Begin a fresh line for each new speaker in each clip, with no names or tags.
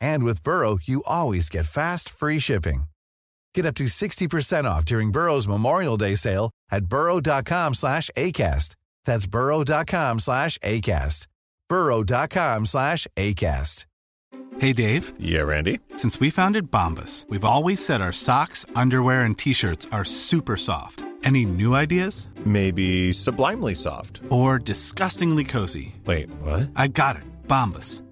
And with Burrow, you always get fast, free shipping. Get up to 60% off during Burrow's Memorial Day sale at burrow.com slash ACAST. That's burrow.com slash ACAST. burrow.com slash ACAST.
Hey, Dave.
Yeah, Randy.
Since we founded Bombus, we've always said our socks, underwear, and t shirts are super soft. Any new ideas?
Maybe sublimely soft.
Or disgustingly cozy.
Wait, what?
I got it. Bombus.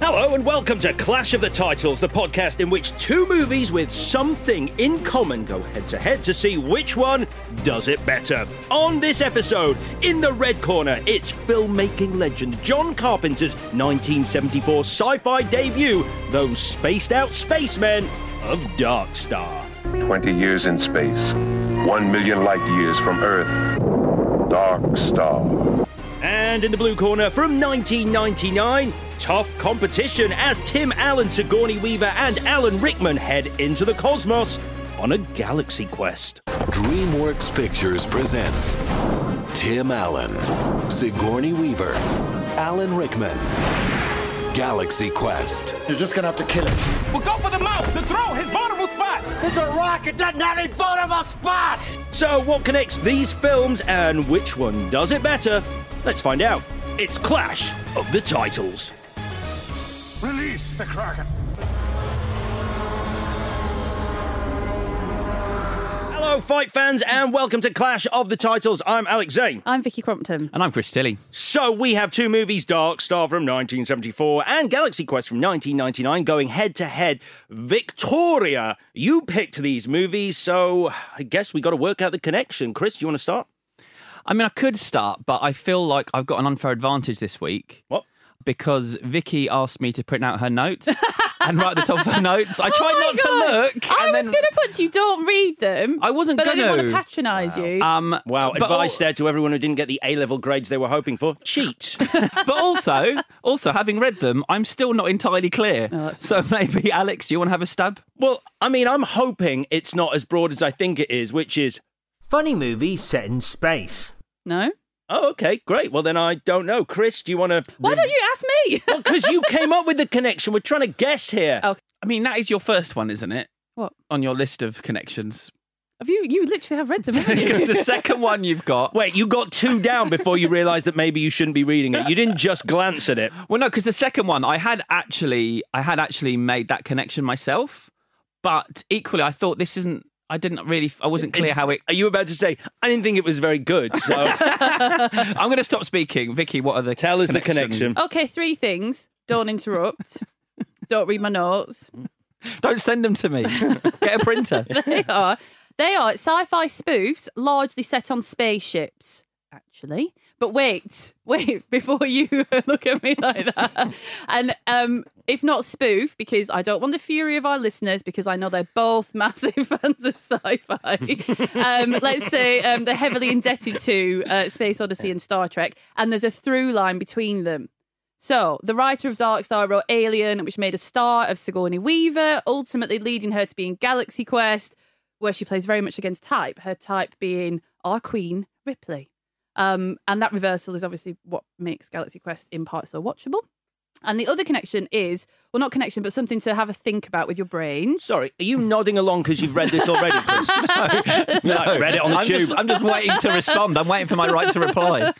Hello and welcome to Clash of the Titles, the podcast in which two movies with something in common go head to head to see which one does it better. On this episode, in the red corner, it's filmmaking legend John Carpenter's 1974 sci fi debut, Those Spaced Out Spacemen of Dark Star.
20 years in space, 1 million light years from Earth. Dark Star.
And in the blue corner from 1999, tough competition as Tim Allen, Sigourney Weaver, and Alan Rickman head into the cosmos on a galaxy quest.
DreamWorks Pictures presents Tim Allen, Sigourney Weaver, Alan Rickman, Galaxy Quest.
You're just gonna have to kill him.
Well, go for the mouth, the throat, his vulnerable spots.
It's a rocket, doesn't have any vulnerable spots!
So, what connects these films and which one does it better? Let's find out. It's Clash of the Titles.
Release the Kraken.
Hello, fight fans, and welcome to Clash of the Titles. I'm Alex Zane.
I'm Vicky Crompton.
And I'm Chris Tilly.
So, we have two movies Dark Star from 1974 and Galaxy Quest from 1999 going head to head. Victoria, you picked these movies, so I guess we got to work out the connection. Chris, do you want to start?
I mean, I could start, but I feel like I've got an unfair advantage this week
What?
because Vicky asked me to print out her notes and write at the top of her notes. I tried not to look.
Oh I
and
was
then,
going to put you. Don't read them.
I wasn't
but I didn't want
gonna.
to patronise you.
Um,
Wow,
but
advice
al-
there to everyone who didn't get the A level grades they were hoping for cheat.
but also, also having read them, I'm still not entirely clear. so maybe Alex, do you want to have a stab?
Well, I mean, I'm hoping it's not as broad as I think it is, which is,
Funny movie set in space.
no.
oh, okay, great. Well, then I don't know. Chris, do you want to.
Why don't you ask me?
Because you came up with the connection. We're trying to guess here.
Oh.
I mean, that is your first one, isn't it?
What?
On your list of connections,
Have you? You literally have read them. haven't you?
because the second one you've got.
Wait, you got two down before you realised that maybe you shouldn't be reading it. You didn't just glance at it.
Well, no, because the second one, I had actually, I had actually made that connection myself, but equally, I thought this isn't. I didn't really. I wasn't clear
It's-
how it.
Are you about to say, I didn't think it was very good? So
I'm going to stop speaking, Vicky. What are the
tell us the
connections?
connection.
okay, three things. Don't interrupt. don't read my notes.
Don't send them to me. Get a printer.
They are. They are sci-fi spoofs, largely set on spaceships. Actually, but wait, wait before you look at me like that. And um, if not spoof, because I don't want the fury of our listeners, because I know they're both massive fans of sci-fi. Um, let's say um, they're heavily indebted to uh, Space Odyssey and Star Trek, and there's a through line between them. So, the writer of Dark Star wrote Alien, which made a star of Sigourney Weaver, ultimately leading her to be in Galaxy Quest, where she plays very much against type, her type being our queen, Ripley. Um, and that reversal is obviously what makes Galaxy Quest in part so watchable. And the other connection is, well, not connection, but something to have a think about with your brain.
Sorry, are you nodding along because you've read this already, Chris? no,
No.
read it on the
I'm
tube.
Just, I'm just waiting to respond. I'm waiting for my right to reply.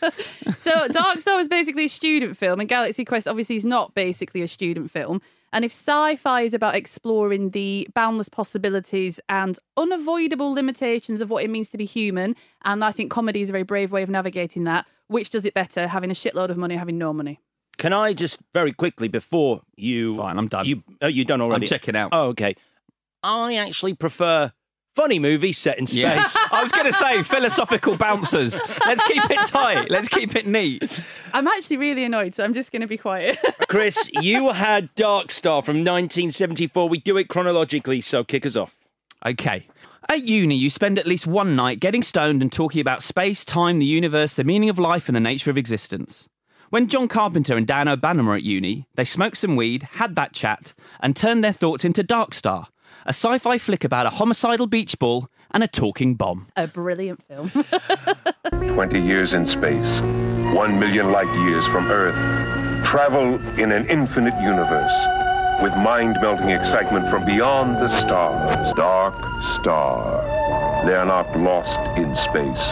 so Dark Star was basically a student film, and Galaxy Quest obviously is not basically a student film. And if sci-fi is about exploring the boundless possibilities and unavoidable limitations of what it means to be human, and I think comedy is a very brave way of navigating that, which does it better, having a shitload of money or having no money?
Can I just very quickly before you? Fine, I'm done. You oh, you done already?
checking out.
Oh, okay. I actually prefer funny movies set in space.
Yeah. I was going to say philosophical bouncers. Let's keep it tight. Let's keep it neat.
I'm actually really annoyed, so I'm just going to be quiet.
Chris, you had Dark Star from 1974. We do it chronologically, so kick us off.
Okay. At uni, you spend at least one night getting stoned and talking about space, time, the universe, the meaning of life, and the nature of existence. When John Carpenter and Dan O'Bannon were at uni, they smoked some weed, had that chat, and turned their thoughts into Dark Star, a sci fi flick about a homicidal beach ball and a talking bomb.
a brilliant film.
20 years in space, 1 million light years from Earth. Travel in an infinite universe with mind melting excitement from beyond the stars. Dark Star. They're not lost in space,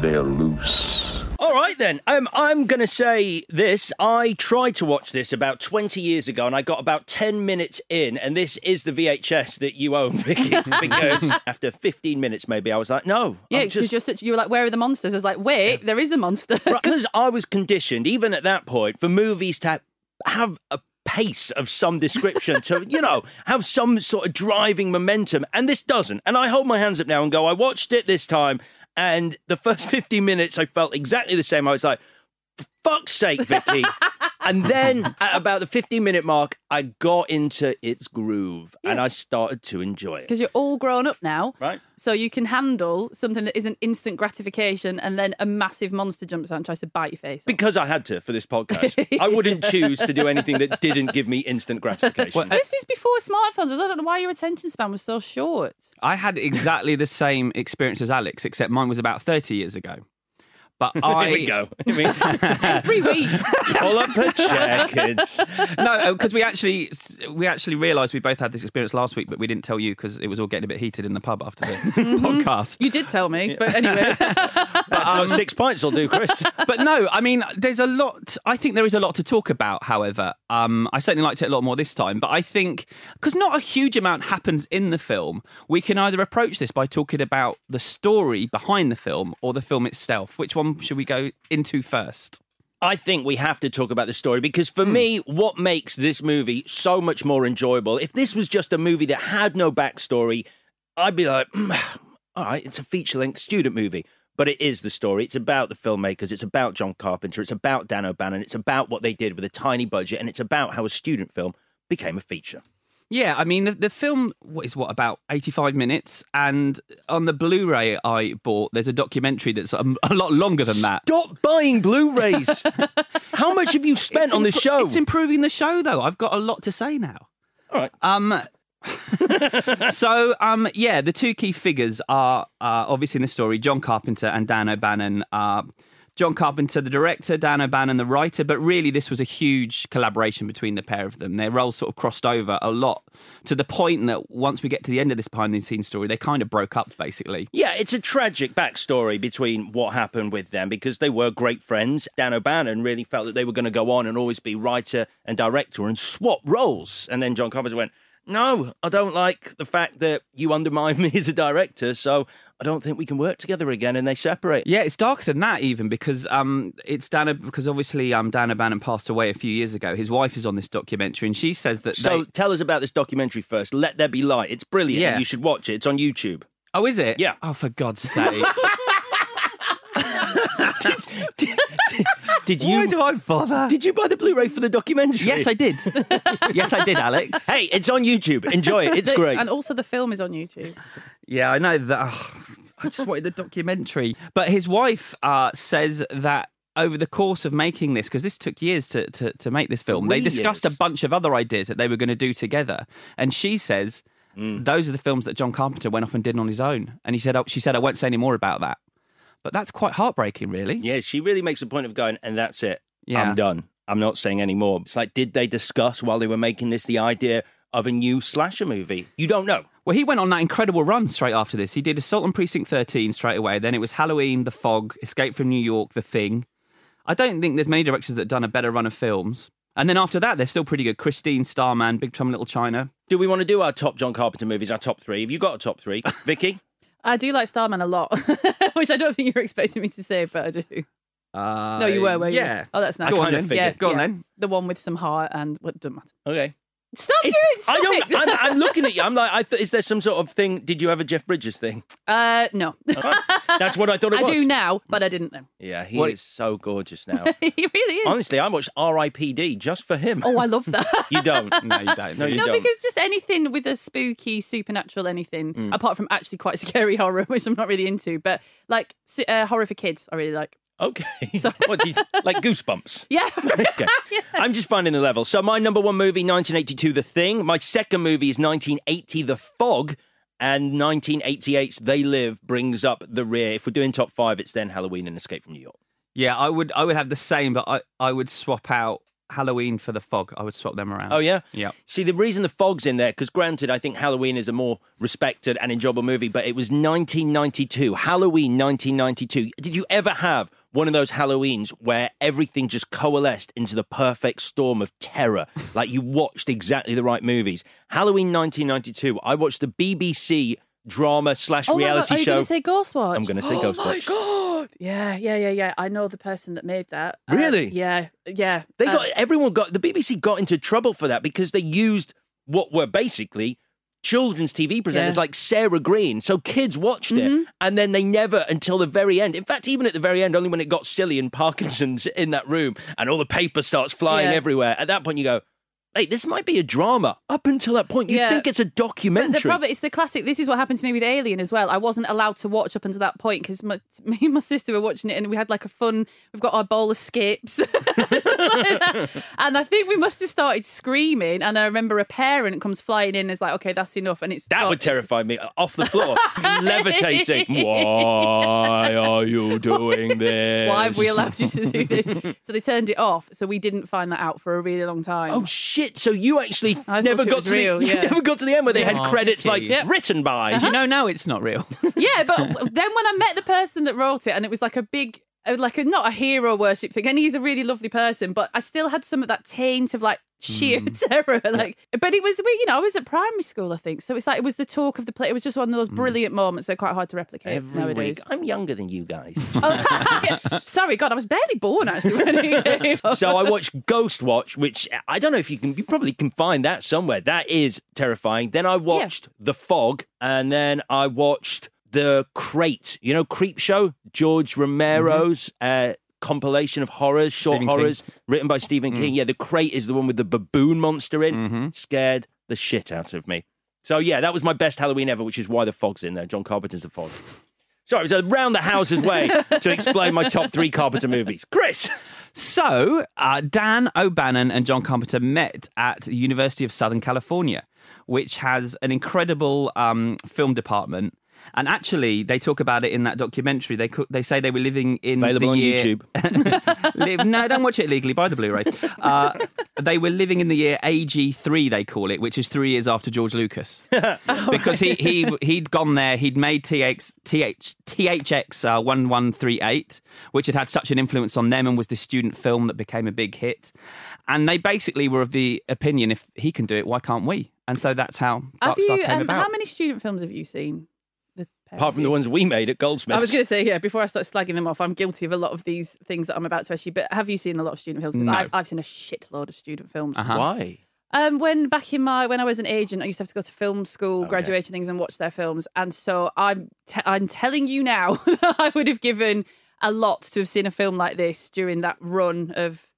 they're loose.
All right then. Um, I'm going to say this. I tried to watch this about 20 years ago, and I got about 10 minutes in, and this is the VHS that you own, Vicky. because after 15 minutes, maybe I was like, no,
yeah,
I'm
because you're just such, you were like, where are the monsters? I was like, wait, there is a monster.
because I was conditioned, even at that point, for movies to have a pace of some description, to, you know, have some sort of driving momentum. And this doesn't. And I hold my hands up now and go, I watched it this time. And the first 15 minutes, I felt exactly the same. I was like, for fuck's sake, Vicky. and then at about the 15 minute mark, I got into its groove and I started to enjoy it.
Because you're all grown up now.
Right.
So you can handle something that isn't instant gratification and then a massive monster jumps out and tries to bite your face. off.
Because I had to for this podcast. I wouldn't choose to do anything that didn't give me instant gratification.
this is before smartphones. I don't know why your attention span was so short.
I had exactly the same experience as Alex, except mine was about 30 years ago. But uh, I.
Here we go. Every
week.
Pull up a chair, kids.
no, because we actually we actually realised we both had this experience last week, but we didn't tell you because it was all getting a bit heated in the pub after the
Mm-hmm.
podcast.
You did tell me, but anyway.
That's what six pints will do, Chris.
but no, I mean, there's a lot. I think there is a lot to talk about. However, um, I certainly liked it a lot more this time. But I think because not a huge amount happens in the film, we can either approach this by talking about the story behind the film or the film itself. Which one should we go into first?
I think we have to talk about the story because for
Hmm.
me, what makes this movie so much more enjoyable, if this was just a movie that had no backstory, I'd be like, "Mm, all right, it's a feature length student movie. But it is the story. It's about the filmmakers. It's about John Carpenter. It's about Dan O'Bannon. It's about what they did with a tiny budget. And it's about how a student film became a feature.
Yeah, I mean the, the film what is what about eighty five minutes, and on the Blu-ray I bought, there's a documentary that's a, a lot longer than that.
Stop buying Blu-rays. How much have you spent
It's
on the
impro-
show?
It's improving the show though. I've got a lot to say now.
All right.
Um. so, um, yeah, the two key figures are uh, obviously in the story John Carpenter and Dan O'Bannon. Uh, John Carpenter, the director, Dan O'Bannon, the writer, but really this was a huge collaboration between the pair of them. Their roles sort of crossed over a lot to the point that once we get to the end of this behind the scenes story, they kind of broke up basically.
Yeah, it's a tragic backstory between what happened with them because they were great friends. Dan O'Bannon really felt that they were going to go on and always be writer and director and swap roles. And then John Carpenter went, No, I don't like the fact that you undermine me as a director, so I don't think we can work together again. And they separate.
Yeah, it's darker than that even because um, it's Dan because obviously um, Dan O'Bannon passed away a few years ago. His wife is on this documentary and she says that
So
they-
tell us about this documentary first. Let There Be Light. It's brilliant.
Yeah.
and You should watch it. It's on YouTube.
oh, is it?
Yeah.
Oh, for God's sake!
Did
Why
you
do I bother?
did you buy the Blu-ray for the documentary?
Yes, I did. yes, I did, Alex.
Hey, it's on YouTube. Enjoy it. It's
The-
great.
And also, the film is on YouTube.
Yeah, I know that. I just wanted the documentary. But his wife uh, says that over the course of making this, because this took years to, to, to make this film, they
Three
discussed
years.
a bunch of other ideas that they were going to do together. And she says,
Mm.
those are the films that John Carpenter went off and did on his own. And he said, oh, she said, I won't say any more about that. But that's quite heartbreaking, really.
Yeah, she really makes a point of going, and that's it.
Yeah.
I'm done. I'm not saying anymore. It's like, did they discuss while they were making this the idea of a new slasher movie? You don't know.
Well, he went on that incredible run straight after this. He did Assault on Precinct 13 straight away. Then it was Halloween, The Fog, Escape from New York, The Thing. I don't think there's many directors that have done a better run of films. And then after that, they're still pretty good. Christine, Starman, Big Trouble in Little China.
Do we want to do our top John Carpenter movies, our top three? Have you got a top three? Vicky?
I do like Starman a lot, which I don't think you were expecting me to say, but I do.
Uh,
no, you were, were you?
Yeah.
Oh, that's nice.
Go on then.
Yeah,
Go on
yeah.
then.
The one with some heart and what doesn't matter.
Okay.
Stop doing. Stop
I
it.
don't, I'm, I'm looking at you. I'm like, I th- is there some sort of thing? Did you have a Jeff Bridges thing?
uh, no,
That's what I thought it
I
was.
do now, but I didn't then.
Yeah, he
What-
is so gorgeous now.
he really is.
Honestly, I watched R.I.P.D. just for him.
Oh, I love that.
You don't.
No, you don't.
No, you
No,
don't.
because just anything with a spooky, supernatural anything, apart from actually quite scary horror, which I'm not really into, but like s- uh, horror for kids, I really like.
Okay. what did you, like goosebumps?
Yeah.
Okay. I'm just finding the level. So my number one movie, 1982, The Thing. My second movie is 1980, The Fog. And 1988's They Live brings up the rear. If we're doing top five, it's then Halloween and Escape from New York.
Yeah, I would I would have the same, but I, I would swap out Halloween for The Fog. I would swap them around.
Oh, yeah?
Yeah.
See, the reason The Fog's in there, because granted, I think Halloween is a more respected and enjoyable movie, but it was 1992, Halloween 1992. Did you ever have one of those Halloweens where everything just coalesced into the perfect storm of terror? like you watched exactly the right movies. Halloween 1992, I watched the BBC drama slash
Oh my God,
reality
Are you
show.
going to say Ghostwatch?
I'm gonna say
oh my
Ghostwatch.
God. Yeah, yeah, yeah, yeah. I know the person that made that. Uh,
Really?
yeah, yeah.
They
Uh,
got everyone got the BBC got into trouble for that because they used what were basically children's TV presenters
Yeah. Mm-hmm.
like Sarah Green. So kids watched it and then they never until the very end. In fact, even at the very end, only when it got silly and Parkinson's in that room and all the paper starts flying
Yeah.
everywhere. At that point you go, Hey, this might be a drama. Up until that point, you
Yeah.
think it's a
But
documentary.
the problem it's the classic. This is what happened to me with Alien as well. I wasn't allowed to watch up until that point because my, me and my sister were watching it and we had like a fun. We've got our bowl of skips, and I think we must have started screaming. And I remember a parent comes flying in and is like, "Okay, that's enough," and Oh, it's
That
got-
would terrify me uh, off the floor, levitating. Why are you doing this?
it's- Why have we allowed you to do this? so they turned it off. So we didn't find that out for a really long time.
Oh shit! So you actually
I thought
never
it
got
was
to
real,
the, you
yeah. Uh-huh.
never got to the end where they
Aw,
had credits like
Vicky.
Yep.
written by.
You know now it's not real.
Yeah, but w- then when I met the person that wrote it, and it was like a big, uh, like a not a hero worship thing, and he's a really lovely person, but I still had some of that taint of like sheer
Hmm.
terror. Like, but it was, we- you know, I was at primary school, I think, so it's like it was the talk of the play. It was just one of
Hmm.
those brilliant moments. They're quite hard to replicate
Every
nowadays.
week, I'm younger than you guys.
Oh, yeah. Sorry, God, I was barely born actually when it came. out.
so I watched Ghost Watch, which I don't know if you can. You probably can find that somewhere. That is terrifying. Then I watched The Fog, and then I watched The Crate. You know, Creep Show, George Romero's. Uh, Compilation of horrors, short
Stephen King. Mm.
horrors, written by Stephen King. Yeah, the crate is the one with the baboon monster in.
Mhm.
Scared the shit out of me. So yeah, that was my best Halloween ever, which is why the fog's in there. John Carpenter's the fog. Sorry, it was around the house's way to explain my top three Carpenter movies. Chris,
So, uh, Dan O'Bannon and John Carpenter met at the University of Southern California, which has an incredible um, film department. And actually, they talk about it in that documentary. They co- they say they were living in
Available
the
on
year-
YouTube.
Live- no, don't watch it legally. Buy the Blu-ray. Uh, they were living in the year AG three, they call it, which is three years after George Lucas, because he he he'd gone there. He'd made TX, TH, THX uh, one one three eight, which had had such an influence on them and was the student film that became a big hit. And they basically were of the opinion: if he can do it, why can't we? And so that's how
have
Dark
you?
Star came
Um,
about.
how many student films have you seen? The
apart
pair
from the
of you?
ones we made at Goldsmiths.
I was going to say, yeah, before I start slagging them off, I'm guilty of a lot of these things that I'm about to issue. But have you seen a lot of student films? Because
No.
I've, I've seen a shitload of student films.
Uh-huh.
Why?
Um, when back in my when I was an agent, I used to have to go to film school, graduation things, and watch their films. And so I'm te- I'm telling you now, that I would have given a lot to have seen a film like this during that run of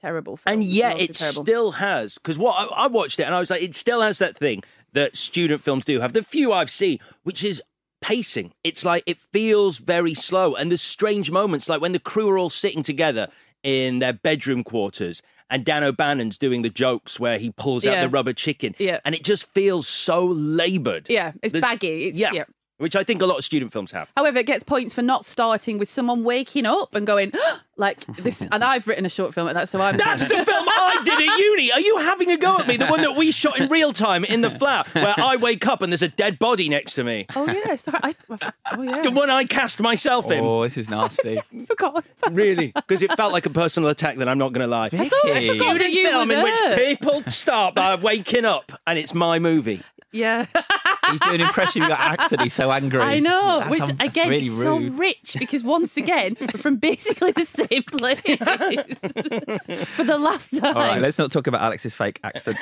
terrible. Films.
And yet
Loads of
it
terrible.
still has because what I, I watched it and I was like, it still has that thing that student films do have. The few I've seen, which is pacing. It's like it feels very slow, and there's strange moments, like when the crew are all sitting together in their bedroom quarters. And Dan O'Bannon's doing the jokes where he pulls out
Yeah.
the rubber chicken.
Yeah.
And it just feels so laboured.
yeah, it's
There's-
baggy. It's, yeah.
Which I think a lot of student films have.
However, it gets points for not starting with someone waking up and going, Like this, and I've written a short film at that, so I'm.
That's the film I did at uni. Are you having a go at me? The one that we shot in real time in the flat, where I wake up and there's a dead body next to me.
Oh yeah, sorry. I, oh yeah.
The one I cast myself in.
Oh, this is nasty.
forgot.
Really? Because it felt like a personal attack. Then I'm not going to lie.
I saw- I forgot that
Student
you
film
were
in which
there.
people start by waking up, and it's my movie.
Yeah.
He's doing an impression of your accent. He's so angry.
I know,
That's-
which
that's
again
really
is so
rude.
rich because once again we're from basically the same place for the last time.
All right, let's not talk about Alex's fake accent.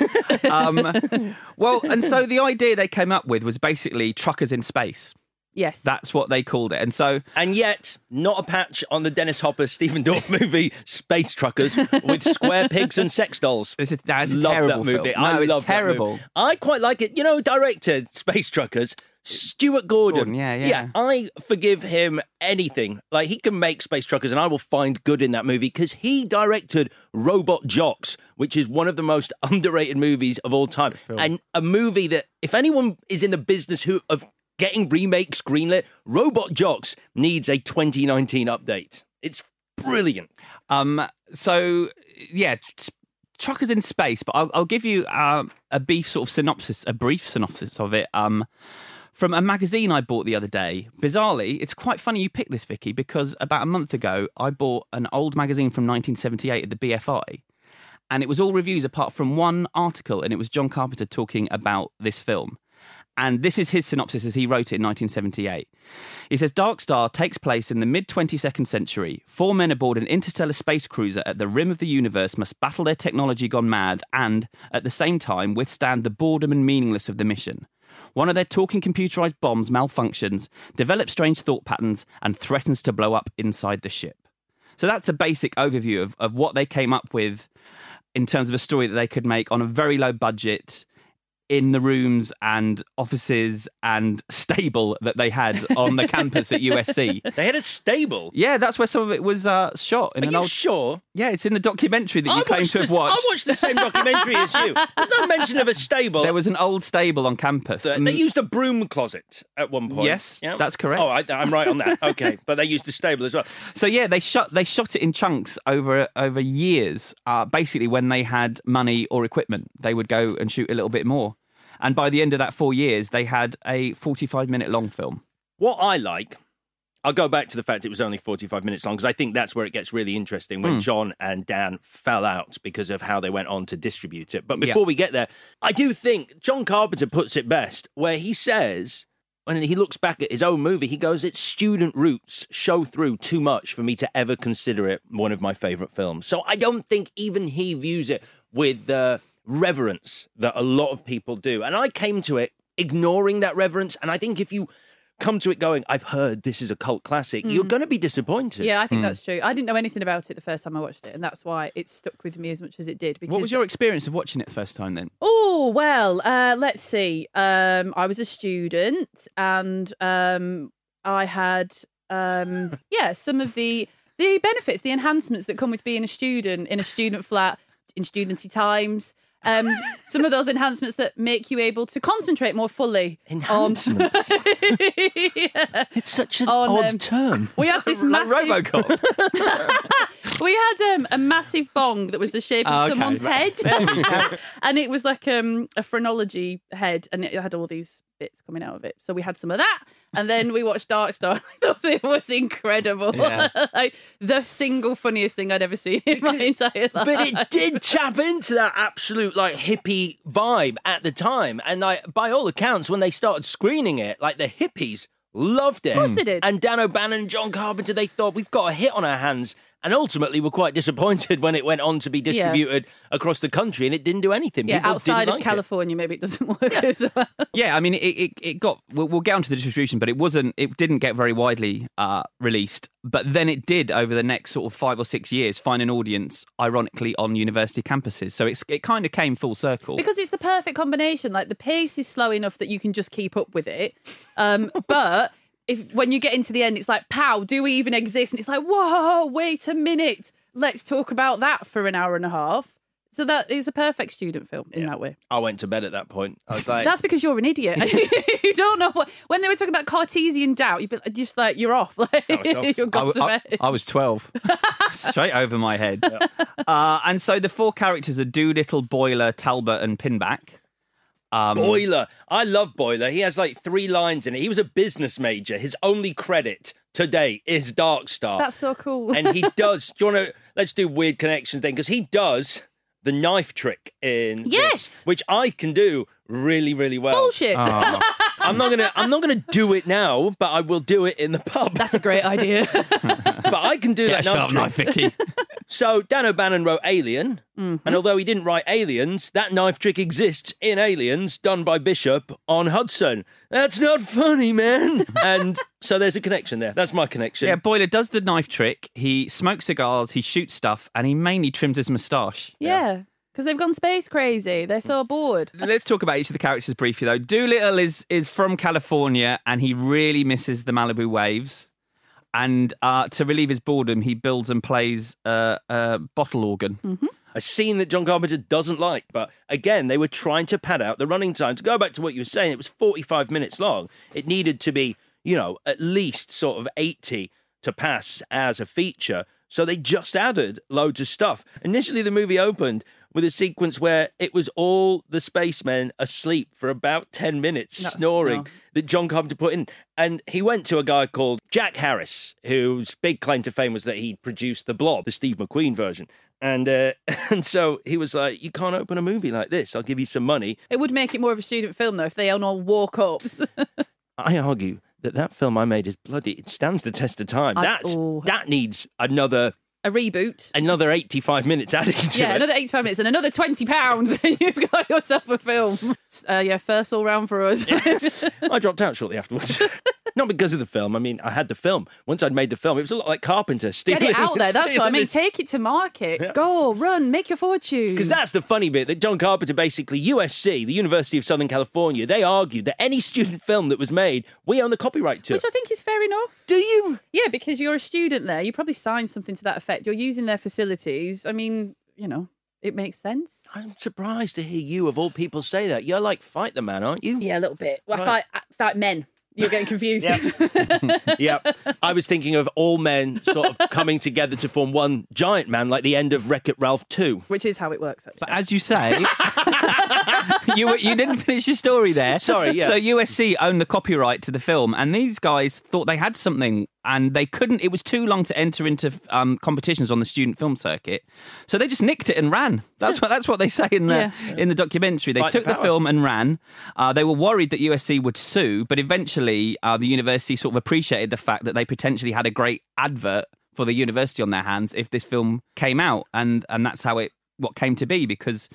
Um, well, and so the idea they came up with was basically truckers in space.
yes,
That's what they called it. And so
And yet, not a patch on the Dennis Hopper Stephen Dorff movie Space Truckers with square pigs and sex dolls.
this is, that's a
love
terrible
that movie.
Film.
I
no, it's
love that movie.
terrible.
I quite like it. You know, director Space Truckers, Stuart Gordon.
Gordon, yeah, yeah.
I forgive him anything. Like he can make Space Truckers, and I will find good in that movie because he directed Robot Jocks, which is one of the most underrated movies of all time, and a movie that if anyone is in the business who of getting remakes greenlit, Robot Jocks needs a 2019 update. It's brilliant.
Um, so yeah, tr- truckers in space. But I'll, I'll give you uh, a brief sort of synopsis, a brief synopsis of it. Um, from a magazine I bought the other day. Bizarrely, it's quite funny you picked this, Vicky, because about a month ago I bought an old magazine from 1978 at the BFI. And it was all reviews apart from one article, and it was John Carpenter talking about this film. And this is his synopsis as he wrote it in 1978. He says Dark Star takes place in the mid 22nd century. Four men aboard an interstellar space cruiser at the rim of the universe must battle their technology gone mad and, at the same time, withstand the boredom and meaningless of the mission. One of their talking computerized bombs malfunctions, develops strange thought patterns, and threatens to blow up inside the ship. So that's the basic overview of, of what they came up with in terms of a story that they could make on a very low budget in the rooms and offices and stable that they had on the campus at USC.
They had a stable.
Yeah, that's where some of it was uh, shot in
Are
an
you
old.
sure?
yeah, it's in the documentary that you claim
watched
to have
the-
watched.
I watched the same documentary as you. There's no mention of a stable.
There was an old stable on campus.
Uh,
Mm.
they used a broom closet at one point.
Yes, that's correct.
Oh, I, I'm right on that. Okay, but they used a stable as well.
So yeah, they shot they shot it in chunks over over years. Uh, basically, when they had money or equipment, they would go and shoot a little bit more. And by the end of that four years, they had a forty-five minute long film.
What I like, I'll go back to the fact it was only 45 minutes long because I think that's where it gets really interesting
Hmm.
when John and Dan fell out because of how they went on to distribute it. But
Yeah.
before we get there, I do think John Carpenter puts it best where he says. When he looks back at his own movie, he goes, Its student roots show through too much for me to ever consider it one of my favourite films. So I don't think even he views it with the reverence that a lot of people do. And I came to it ignoring that reverence. And I think if you come to it going, I've heard this is a cult classic, you're going to be disappointed.
yeah,
Hmm.
I think that's true. I didn't know anything about it the first time I watched it, and that's why it stuck with me as much as it did. Because
What was your experience of watching it first time then?
Oh, well, uh, let's see. Um, I was a student and um, I had, um, yeah, some of the, the benefits, the enhancements that come with being a student in a student flat in studenty times. Um, some of those enhancements that make you able to concentrate more fully.
Enhancements.
On... Yeah.
It's such an
On,
odd
um,
term.
We had this
Like
massive,
RoboCop.
we had um, a massive bong that was the shape of
Oh, okay,
someone's
right.
head. and it was like um, a phrenology head, and it had all these bits coming out of it. So we had some of that, and then we watched Dark Star. I thought it was incredible,
Yeah.
like the single funniest thing I'd ever seen in my entire life.
But it did tap into that absolute like hippie vibe at the time, and like by all accounts, when they started screening it, like the hippies loved it. Of
course they did.
And Dan O'Bannon and John Carpenter, they thought we've got a hit on our hands, and ultimately were quite disappointed when it went on to be distributed across the country, and it didn't do anything.
yeah,
People
outside
didn't
of
like it.
California, maybe it doesn't work as well.
yeah, I mean, it, it, it got. We'll, we'll get onto the distribution, but it wasn't. It didn't get very widely uh, released. But then it did over the next sort of five or six years find an audience, ironically, on university campuses. So it's it kind of came full circle.
Because it's the perfect combination. Like the pace is slow enough that you can just keep up with it. Um, but if when you get into the end, it's like, pow, do we even exist? And it's like, whoa, wait a minute. Let's talk about that for an hour and a half. So that is a perfect student film in that way.
I went to bed at that point. I was like,
That's because you're an idiot. you don't know what. When they were talking about Cartesian doubt, you're just like you're off. Like
was off.
you're gone
I,
to
I-
bed.
I was twelve. straight over my head. Uh, and so the four characters are Doolittle, Boiler, Talbot, and Pinback. Um,
Boiler. I love Boiler. He has like three lines in it. He was a business major. His only credit today is Dark Star.
That's so cool.
and he does. Do you want to? Let's do weird connections then, because he does the knife trick in this,
Yes.
which I can do really, really well.
Bullshit.
Ah.
Oh.
I'm not gonna. I'm not gonna do it now, but I will do it in the pub.
That's a great idea.
but I can do
Get
that
a
knife
sharp knife,
trick.
Vicky.
so Dan O'Bannon wrote Alien,
Mm-hmm.
and although he didn't write Aliens, that knife trick exists in Aliens, done by Bishop on Hudson. That's not funny, man. and so there's a connection there. That's my connection.
yeah, Boiler does the knife trick. He smokes cigars, he shoots stuff, and he mainly trims his moustache.
yeah. Because they've gone space crazy. They're so bored.
Let's talk about each of the characters briefly, though. Doolittle is is from California, and he really misses the Malibu waves. And uh, to relieve his boredom, he builds and plays uh, a bottle organ.
a scene that John Carpenter doesn't like. But again, they were trying to pad out the running time. To go back to what you were saying, it was 45 minutes long. It needed to be, you know, at least sort of 80 to pass as a feature. So they just added loads of stuff. Initially, the movie opened with a sequence where it was all the spacemen asleep for about 10 minutes,
That's-
snoring,
no.
that John Carpenter put in. And he went to a guy called Jack Harris, whose big claim to fame was that he produced The Blob, the Steve McQueen version. And uh, and so he was like, "You can't open a movie like this. I'll give you some money."
It would make it more of a student film, though, if they all all walk up.
I argue that that film I made is bloody. It stands the test of time.
I-
That's
oh.
that needs another
a reboot.
another eighty five minutes added to
Yeah,
it.
another 85 minutes and another 20 pounds, and you've got yourself a film. Uh, yeah, first all round for us.
I dropped out shortly afterwards. Not because of the film. I mean, I had the film. Once I'd made the film, it was a lot like Carpenter.
Get
Stealing,
it out there. That's what I
stealing
mean.
his-
Take it to market. Go, run, make your fortune.
Because that's the funny bit that John Carpenter basically, USC, the University of Southern California, they argued that any student film that was made, we own the copyright to.
Which I think is fair enough.
Do you?
Yeah, because you're a student there. You probably signed something to that effect. You're using their facilities. I mean, you know, it makes sense.
I'm surprised to hear you, of all people, say that. You're like Fight the Man, aren't you?
Yeah, a little bit. Well, I
Right.
fight, I fight men. You're getting confused.
yeah. I was thinking of all men sort of coming together to form one giant man, like the end of Wreck It Ralph 2.
Which is how it works, actually.
But as you say, you you didn't finish your story there.
Sorry, yeah.
So USC owned the copyright to the film, and these guys thought they had something, and they couldn't. It was too long to enter into um, competitions on the student film circuit, so they just nicked it and ran. That's what that's what they say in the
Yeah.
in the documentary. They
Fight the
took the,
power.
film and ran. Uh, they were worried that USC would sue, but eventually uh, the university sort of appreciated the fact that they potentially had a great advert for the university on their hands if this film came out, and and that's how it what came to be because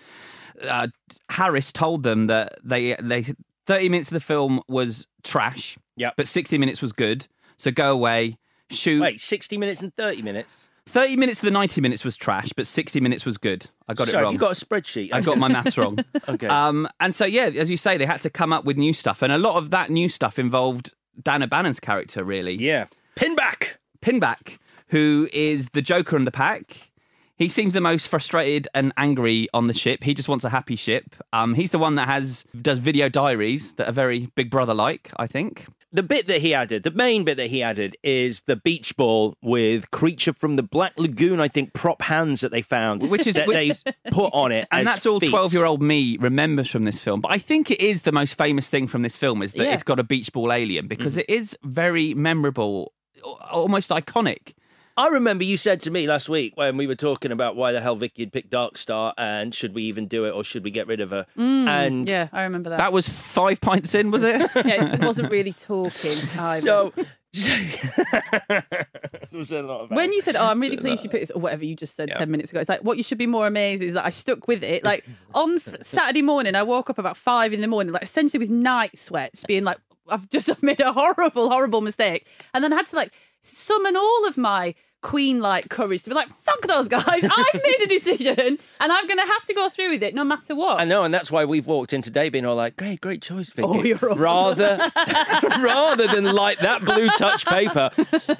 uh, Harris told them that they they thirty minutes of the film was trash,
Yep.
but sixty minutes was good. So go away, shoot.
Wait, 60 minutes and 30 minutes?
Thirty minutes of the ninety minutes was trash, but sixty minutes was good. I got
Sorry,
it
have
wrong.
you got a spreadsheet?
I got my maths wrong.
Okay.
Um, and so yeah, as you say, they had to come up with new stuff, and a lot of that new stuff involved Dana Bannon's character, really.
yeah. Pinback!
Pinback, who is the Joker in the pack. He seems the most frustrated and angry on the ship. He just wants a happy ship. Um, he's the one that has does video diaries that are very Big Brother like. I think.
the bit that he added, the main bit that he added, is the beach ball with creature from the Black Lagoon. I think prop hands that they found,
Which is-
that
which-
they put on it,
And
as
that's all
feet.
twelve-year-old me remembers from this film. But I think it is the most famous thing from this film is that
Yeah. Mm-hmm.
it's got a beach ball alien because it is very memorable, al- almost iconic.
I remember you said to me last week when we were talking about why the hell Vicky had picked Dark Star and should we even do it or should we get rid of her?
Mm.
and
Yeah, I remember that.
That was five pints in, was it?
yeah, it wasn't really talking. either.
so. there was a lot of
When you said, "Oh, I'm really pleased you picked this," or whatever you just said ten minutes ago, it's like what you should be more amazed is that I stuck with it. Like on f- Saturday morning, I woke up about five in the morning, like essentially with night sweats, being like, "I've just made a horrible, horrible mistake," and then I had to like summon all of my queen-like courage to be like, "Fuck those guys! I've made a decision, and I'm going to have to go through with it no matter what."
I know, and that's why we've walked in today being all like, great, great choice, Vicky.
Oh, you're all-
rather, rather than like that blue touch paper.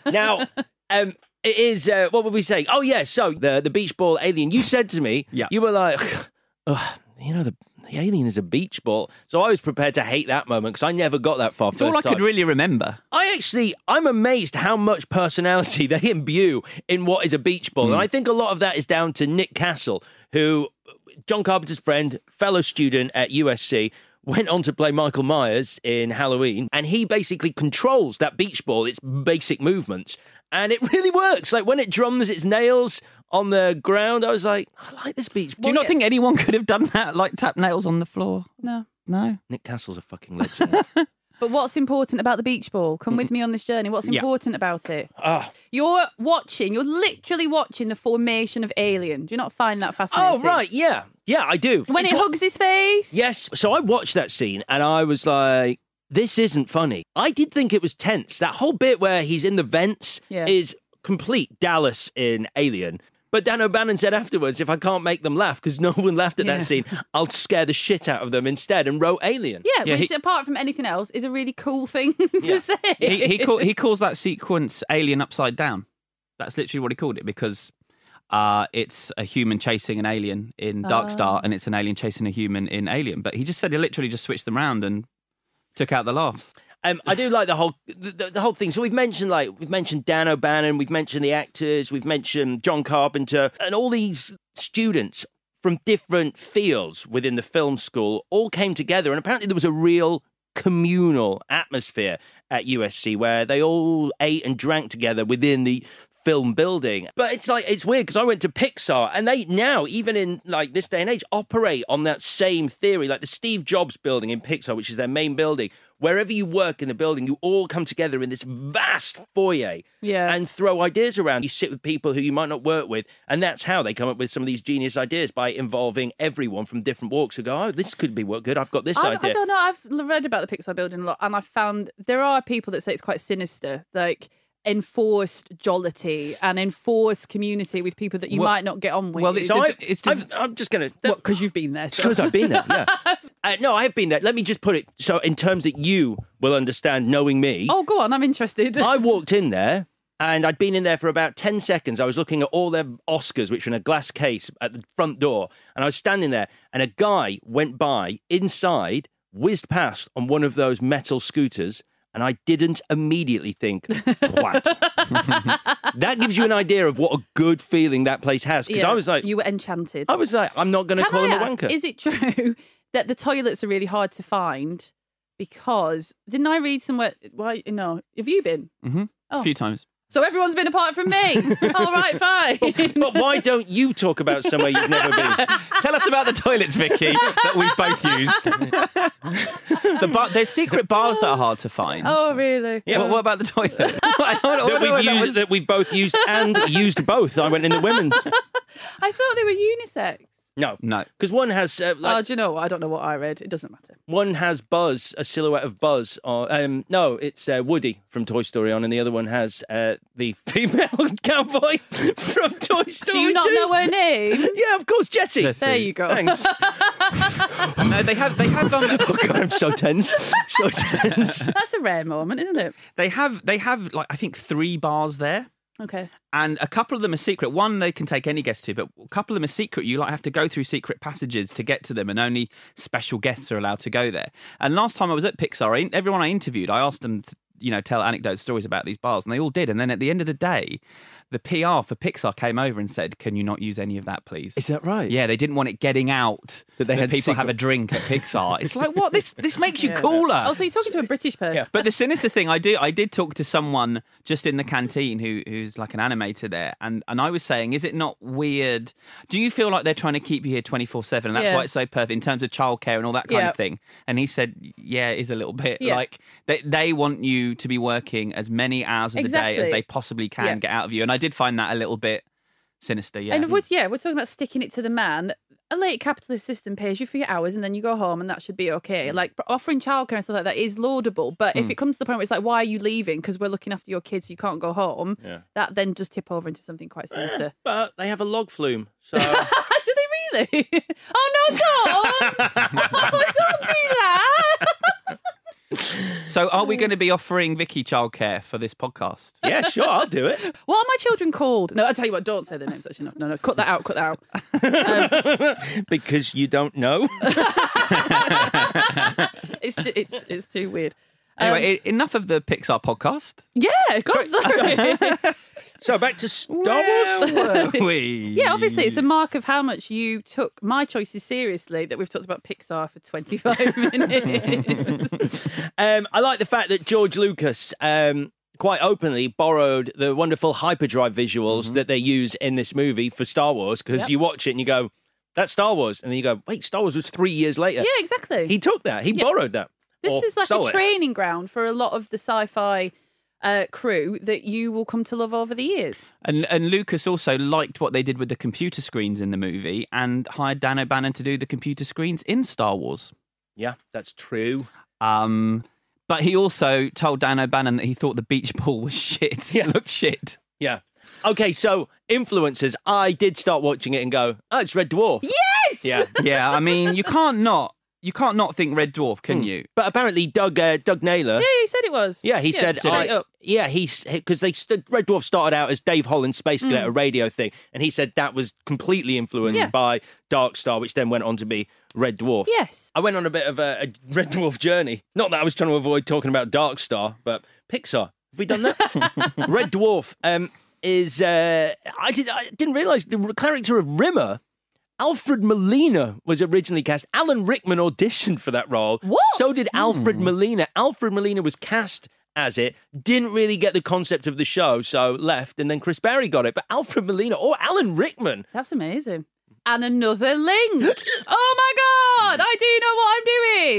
Now, um, it is, uh, what were we saying? Oh, yeah, so the, the beach ball alien. You said to me,
Yeah.
you were like, Ugh, you know, the, the alien is a beach ball. So I was prepared to hate that moment because I never got that far.
It's all I could really remember.
I actually, I'm amazed how much personality they imbue in what is a beach ball.
Hmm.
And I think a lot of that is down to Nick Castle, who, John Carpenter's friend, fellow student at USC, went on to play Michael Myers in Halloween. And he basically controls that beach ball, its basic movements. And it really works. Like when it drums its nails on the ground, I was like, I like this beach ball.
Do you not think anyone could have done that? Like tap nails on the floor?
No.
No.
Nick Castle's a fucking legend.
But what's important about the beach ball? Come with me on this journey. What's
Yeah.
important about it?
Ah.
You're watching, you're literally watching the formation of Alien. Do you not find that
Oh,
fascinating?
right. Yeah. Yeah, I do.
When
It's
it
what-
hugs his face.
Yes. So I watched that scene and I was like, this isn't funny. I did think it was tense. That whole bit where he's in the vents
Yeah.
is complete Dallas in Alien. But Dan O'Bannon said afterwards, if I can't make them laugh because no one laughed at
Yeah.
that scene, I'll scare the shit out of them instead and wrote Alien.
Yeah,
Yeah,
which
he-
apart from anything else is a really cool thing to say.
he he, call, he calls that sequence "Alien Upside Down." That's literally what he called it because uh, it's a human chasing an alien in Dark
Ah.
Star, and it's an alien chasing a human in Alien. But he just said he literally just switched them round and took out the laughs.
Um, I do like the whole the, the- the whole thing. So we've mentioned like we've mentioned Dan O'Bannon, we've mentioned the actors, we've mentioned John Carpenter, and all these students from different fields within the film school all came together, and apparently there was a real communal atmosphere at USC where they all ate and drank together within the film building. But it's like it's weird because I went to Pixar and they now even in like this day and age operate on that same theory like the Steve Jobs building in Pixar which is their main building. Wherever you work in the building you all come together in this vast foyer
Yeah.
and throw ideas around. You sit with people who you might not work with and that's how they come up with some of these genius ideas by involving everyone from different walks who go, "Oh, this could be what good. I've got this
I,
idea."
I don't know. I've l- read about the Pixar building a lot, and I found there are people that say it's quite sinister, like enforced jollity and enforced community with people that you
Well-
might not get on with.
well, it's
so I,
just- it's just-
I'm, I'm just going to
because you've been there.
It's
so-
because I've been there. Yeah. uh, no, I have been there. Let me just put it so in terms that you will understand, knowing me.
Oh, go on. I'm interested.
I walked in there. And I'd been in there for about 10 seconds. I was looking at all their Oscars, which were in a glass case at the front door. And I was standing there, and a guy went by inside, whizzed past on one of those metal scooters. And I didn't immediately think, twat. that gives you an idea of what a good feeling that place has. Because
Yeah,
I was like,
you were enchanted.
I was like, I'm not going to
Can
call
I
him a
ask,
wanker.
is it true that the toilets are really hard to find? Because didn't I read somewhere? Why no? Have you been?
Mm-hmm.
Oh.
A few times.
So everyone's been apart from me. All right, fine.
But why don't you talk about somewhere you've never been?
Tell us about the toilets, Vicky, that we both used. the bar, there's secret bars that are hard to find.
Oh, really?
yeah, but what about the toilet? I don't- I don't know
That we've
what that
used,
was.
that we've both used and used both. I went in the women's.
I thought they were unisex.
No,
No.
because one has uh,
oh,
like,
do you know what? I don't know what I read. It doesn't matter.
one has Buzz, a silhouette of Buzz. Or, um, no, it's uh, Woody from Toy Story on, and the other one has uh, the female cowboy from Toy Story.
Do you not
2.
know her name?
Yeah, of course, Jessie.
Jessie.
There you go.
Thanks.
no, they have they have um, done
Oh God, I'm so tense. So tense.
That's a rare moment, isn't it?
they have they have like I think three bars there.
Okay.
and a couple of them are secret. One they can take any guest to, but a couple of them are secret. You like have to go through secret passages to get to them, and only special guests are allowed to go there. And last time I was at Pixar, I, everyone I interviewed, I asked them to you know tell anecdotes, stories about these bars, and they all did. And then at the end of the day, the PR for Pixar came over and said, "Can you not use any of that, please?"
Is that right?
Yeah, they didn't want it getting out that
they had
people
secret-
have a drink at Pixar. it's like what this this makes you
Yeah.
cooler.
Oh, so you're talking to a British person.
Yeah.
But the sinister thing, I do, I did talk to someone just in the canteen who who's like an animator there, and and I was saying, is it not weird? Do you feel like they're trying to keep you here twenty four seven, and that's
Yeah.
why it's so perfect in terms of childcare and all that kind
Yeah.
of thing? And he said, yeah, it is a little bit
Yeah.
like they they want you to be working as many hours of the day as
Exactly.
they possibly can
Yeah.
get out of you, and I did find that a little bit sinister. Yeah,
And would yeah, we're talking about sticking it to the man. A late capitalist system pays you for your hours and then you go home and that should be
Hmm.
okay. Like but offering childcare and stuff like that is laudable, but if it comes to the point where it's like, why are you leaving? Because we're looking after your kids, you can't go home. That then just tip over into something quite sinister.
But they have a log flume, so.
Do they really? oh no, don't! oh, don't do that!
So, are we going to be offering Vicky childcare for this podcast?
Yeah, sure, I'll do it.
What are my children called? No, I'll tell you what, don't say their names, actually. No, no, no. Cut that out, cut that Um, out.
because you don't know.
It's, t- it's, it's too weird.
Anyway, e- enough of the Pixar podcast.
Um, Yeah, God, sorry.
So back to Star Wars.
yeah, obviously, it's a mark of how much you took my choices seriously that we've talked about Pixar for 25 minutes.
Um, I like the fact that George Lucas um, quite openly borrowed the wonderful hyperdrive visuals that they use in this movie for Star Wars because
Yep.
you watch it and you go, that's Star Wars. And then you go, wait, Star Wars was three years later.
yeah, exactly.
He took that, he
Yeah.
borrowed that.
This
or
is like
stole
a
it.
training ground for a lot of the sci fi uh, crew that you will come to love over the years.
And, and Lucas also liked what they did with the computer screens in the movie and hired Dan O'Bannon to do the computer screens in Star Wars.
Yeah, that's true.
Um, but he also told Dan O'Bannon that he thought the beach ball was shit. It looked shit.
Yeah. Okay, so influences. I did start watching it and go, oh, it's Red Dwarf.
Yes!
Yeah.
Yeah, I mean, you can't not you can't not think Red Dwarf, can you?
But apparently, Doug uh, Doug Naylor.
Yeah, he said it was.
Yeah, he said.
Straight
I,
up.
yeah, he because they st- Red Dwarf started out as Dave Holland's Space Cadet, a radio thing, and he said that was completely influenced
Hmm. Yeah.
by Dark Star, which then went on to be Red Dwarf.
Yes.
I went on a bit of a, a Red Dwarf journey. Not that I was trying to avoid talking about Dark Star, but Pixar. Have we done that? Red Dwarf um, is. Uh, I did. I didn't realize the character of Rimmer. Alfred Molina was originally cast. Alan Rickman auditioned for that role.
What? Hmm.
So did Alfred Molina. Alfred Molina was cast as it, didn't really get the concept of the show, so left, and then Chris Barry got it. But Alfred Molina or Alan Rickman.
That's amazing. And another link. oh my God, I do know what I'm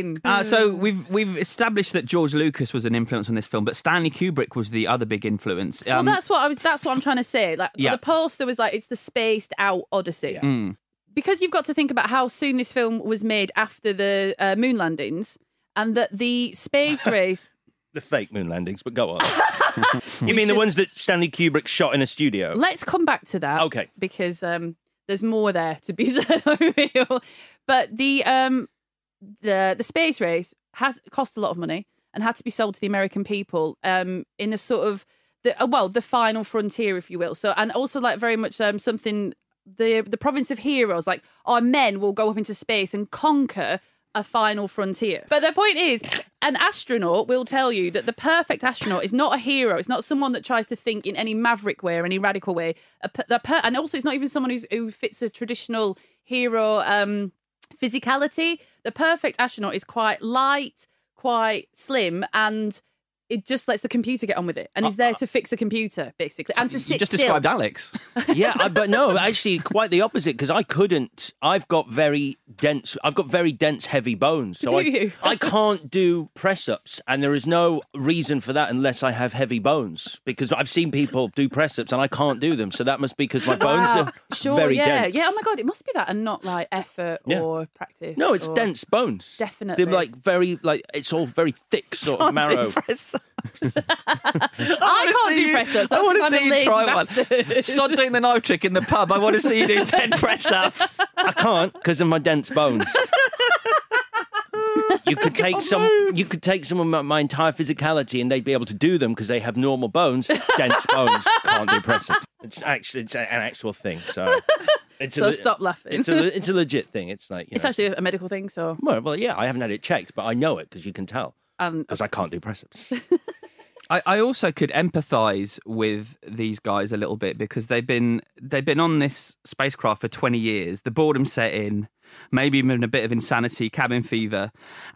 doing.
Uh, so
Mm.
we've we've established that George Lucas was an influence on this film, but Stanley Kubrick was the other big influence. Um,
well, that's what I was. That's what I'm trying to say. Like
Yeah.
the poster was like, it's the spaced out Odyssey. Because you've got to think about how soon this film was made after the uh, moon landings, and that the space race.
The fake moon landings, but go on. you mean the ones that Stanley Kubrick shot in a studio?
Let's come back to that.
Oh.
Okay.
Because um, there's more there to be said. I feel. But the um, the the space race has cost a lot of money and had to be sold to the American people um, in a sort of the uh, well the final frontier, if you will. So and also like very much um, something the the province of heroes, like our men will go up into space and conquer a final frontier. But the point is, an astronaut will tell you that the perfect astronaut is not a hero. It's not someone that tries to think in any maverick way or any radical way. A, per- the per- and also, it's not even someone who's, who fits a traditional hero um, physicality. The perfect astronaut is quite light, quite slim, and it just lets the computer get on with it and is there to fix a computer basically and to
Uh-huh. you
sit
just
still.
described Alex.
yeah, I, but no, actually, quite the opposite because I couldn't. I've got very dense. I've got very dense, heavy bones. So
Do
I,
you?
I can't do press ups, and there is no reason for that unless I have heavy bones. Because I've seen people do press ups, and I can't do them. So that must be because my bones
Wow.
are
sure,
very
yeah,
dense.
yeah. Oh my god, it must be that, and not like effort
Yeah.
or practice.
No, it's
or-
dense bones.
Definitely.
They're like very like it's all very thick sort of marrow.
I can't do press ups. I want to see you try one.
Son doing the knife trick in the pub. I want to see you do ten press ups.
I can't because of my dense bones. You could take some. You could take someone my, my entire physicality, and they'd be able to do them because they have normal bones. Dense bones can't do press ups. It's actually it's a- an actual thing. So, it's
So stop laughing.
It's a le- it's a legit thing. It's like you
It's
know,
actually a medical thing, so
well, well, yeah. I haven't had it checked, but I know it because you can tell
and
because I can't do press ups.
I, I also could empathise with these guys a little bit because they've been they've been on this spacecraft for twenty years. The boredom set in, maybe even a bit of insanity, cabin fever,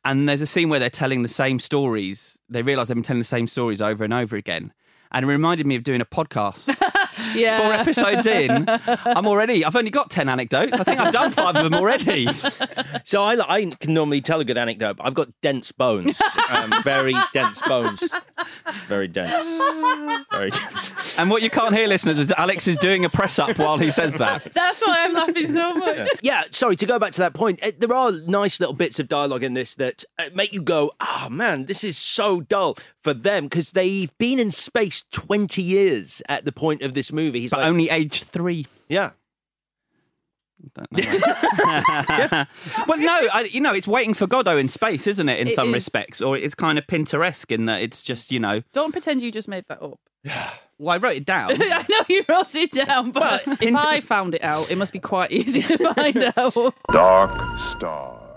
and there's a scene where they're telling the same stories. They realise they've been telling the same stories over and over again, and it reminded me of doing a podcast.
yeah.
Four episodes in, I'm already. I've only got ten anecdotes. I think I've done five of them already.
So I, I can normally tell a good anecdote. But I've got dense bones, um, very dense bones, very dense, very dense.
And what you can't hear, listeners, is that Alex is doing a press up while he says that.
That's why I'm laughing so much.
Yeah, sorry, to go back to that point, eh, there are nice little bits of dialogue in this that eh, make you go, oh man, this is so dull for them because they've been in space 20 years at the point of this movie. He's
But
like,
only age three.
yeah.
Don't know. Well, no, I, you know, it's waiting for Godot in space, isn't it? In
It
some
is.
respects, or it's kind of Pinteresque in that it's just you know.
Don't pretend you just made that up.
Well, I wrote it down.
I know you wrote it down, but if I found it out, it must be quite easy to find out.
Dark Star.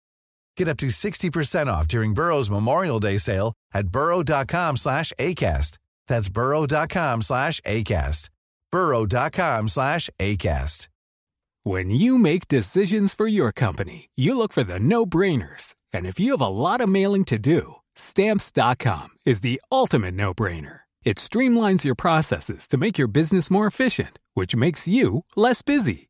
Get up to 60% off during Burrow's Memorial Day sale at burrow.com slash ACAST. That's burrow.com slash ACAST. burrow.com slash ACAST.
When you make decisions for your company, you look for the no brainers. And if you have a lot of mailing to do, stamps.com is the ultimate no brainer. It streamlines your processes to make your business more efficient, which makes you less busy.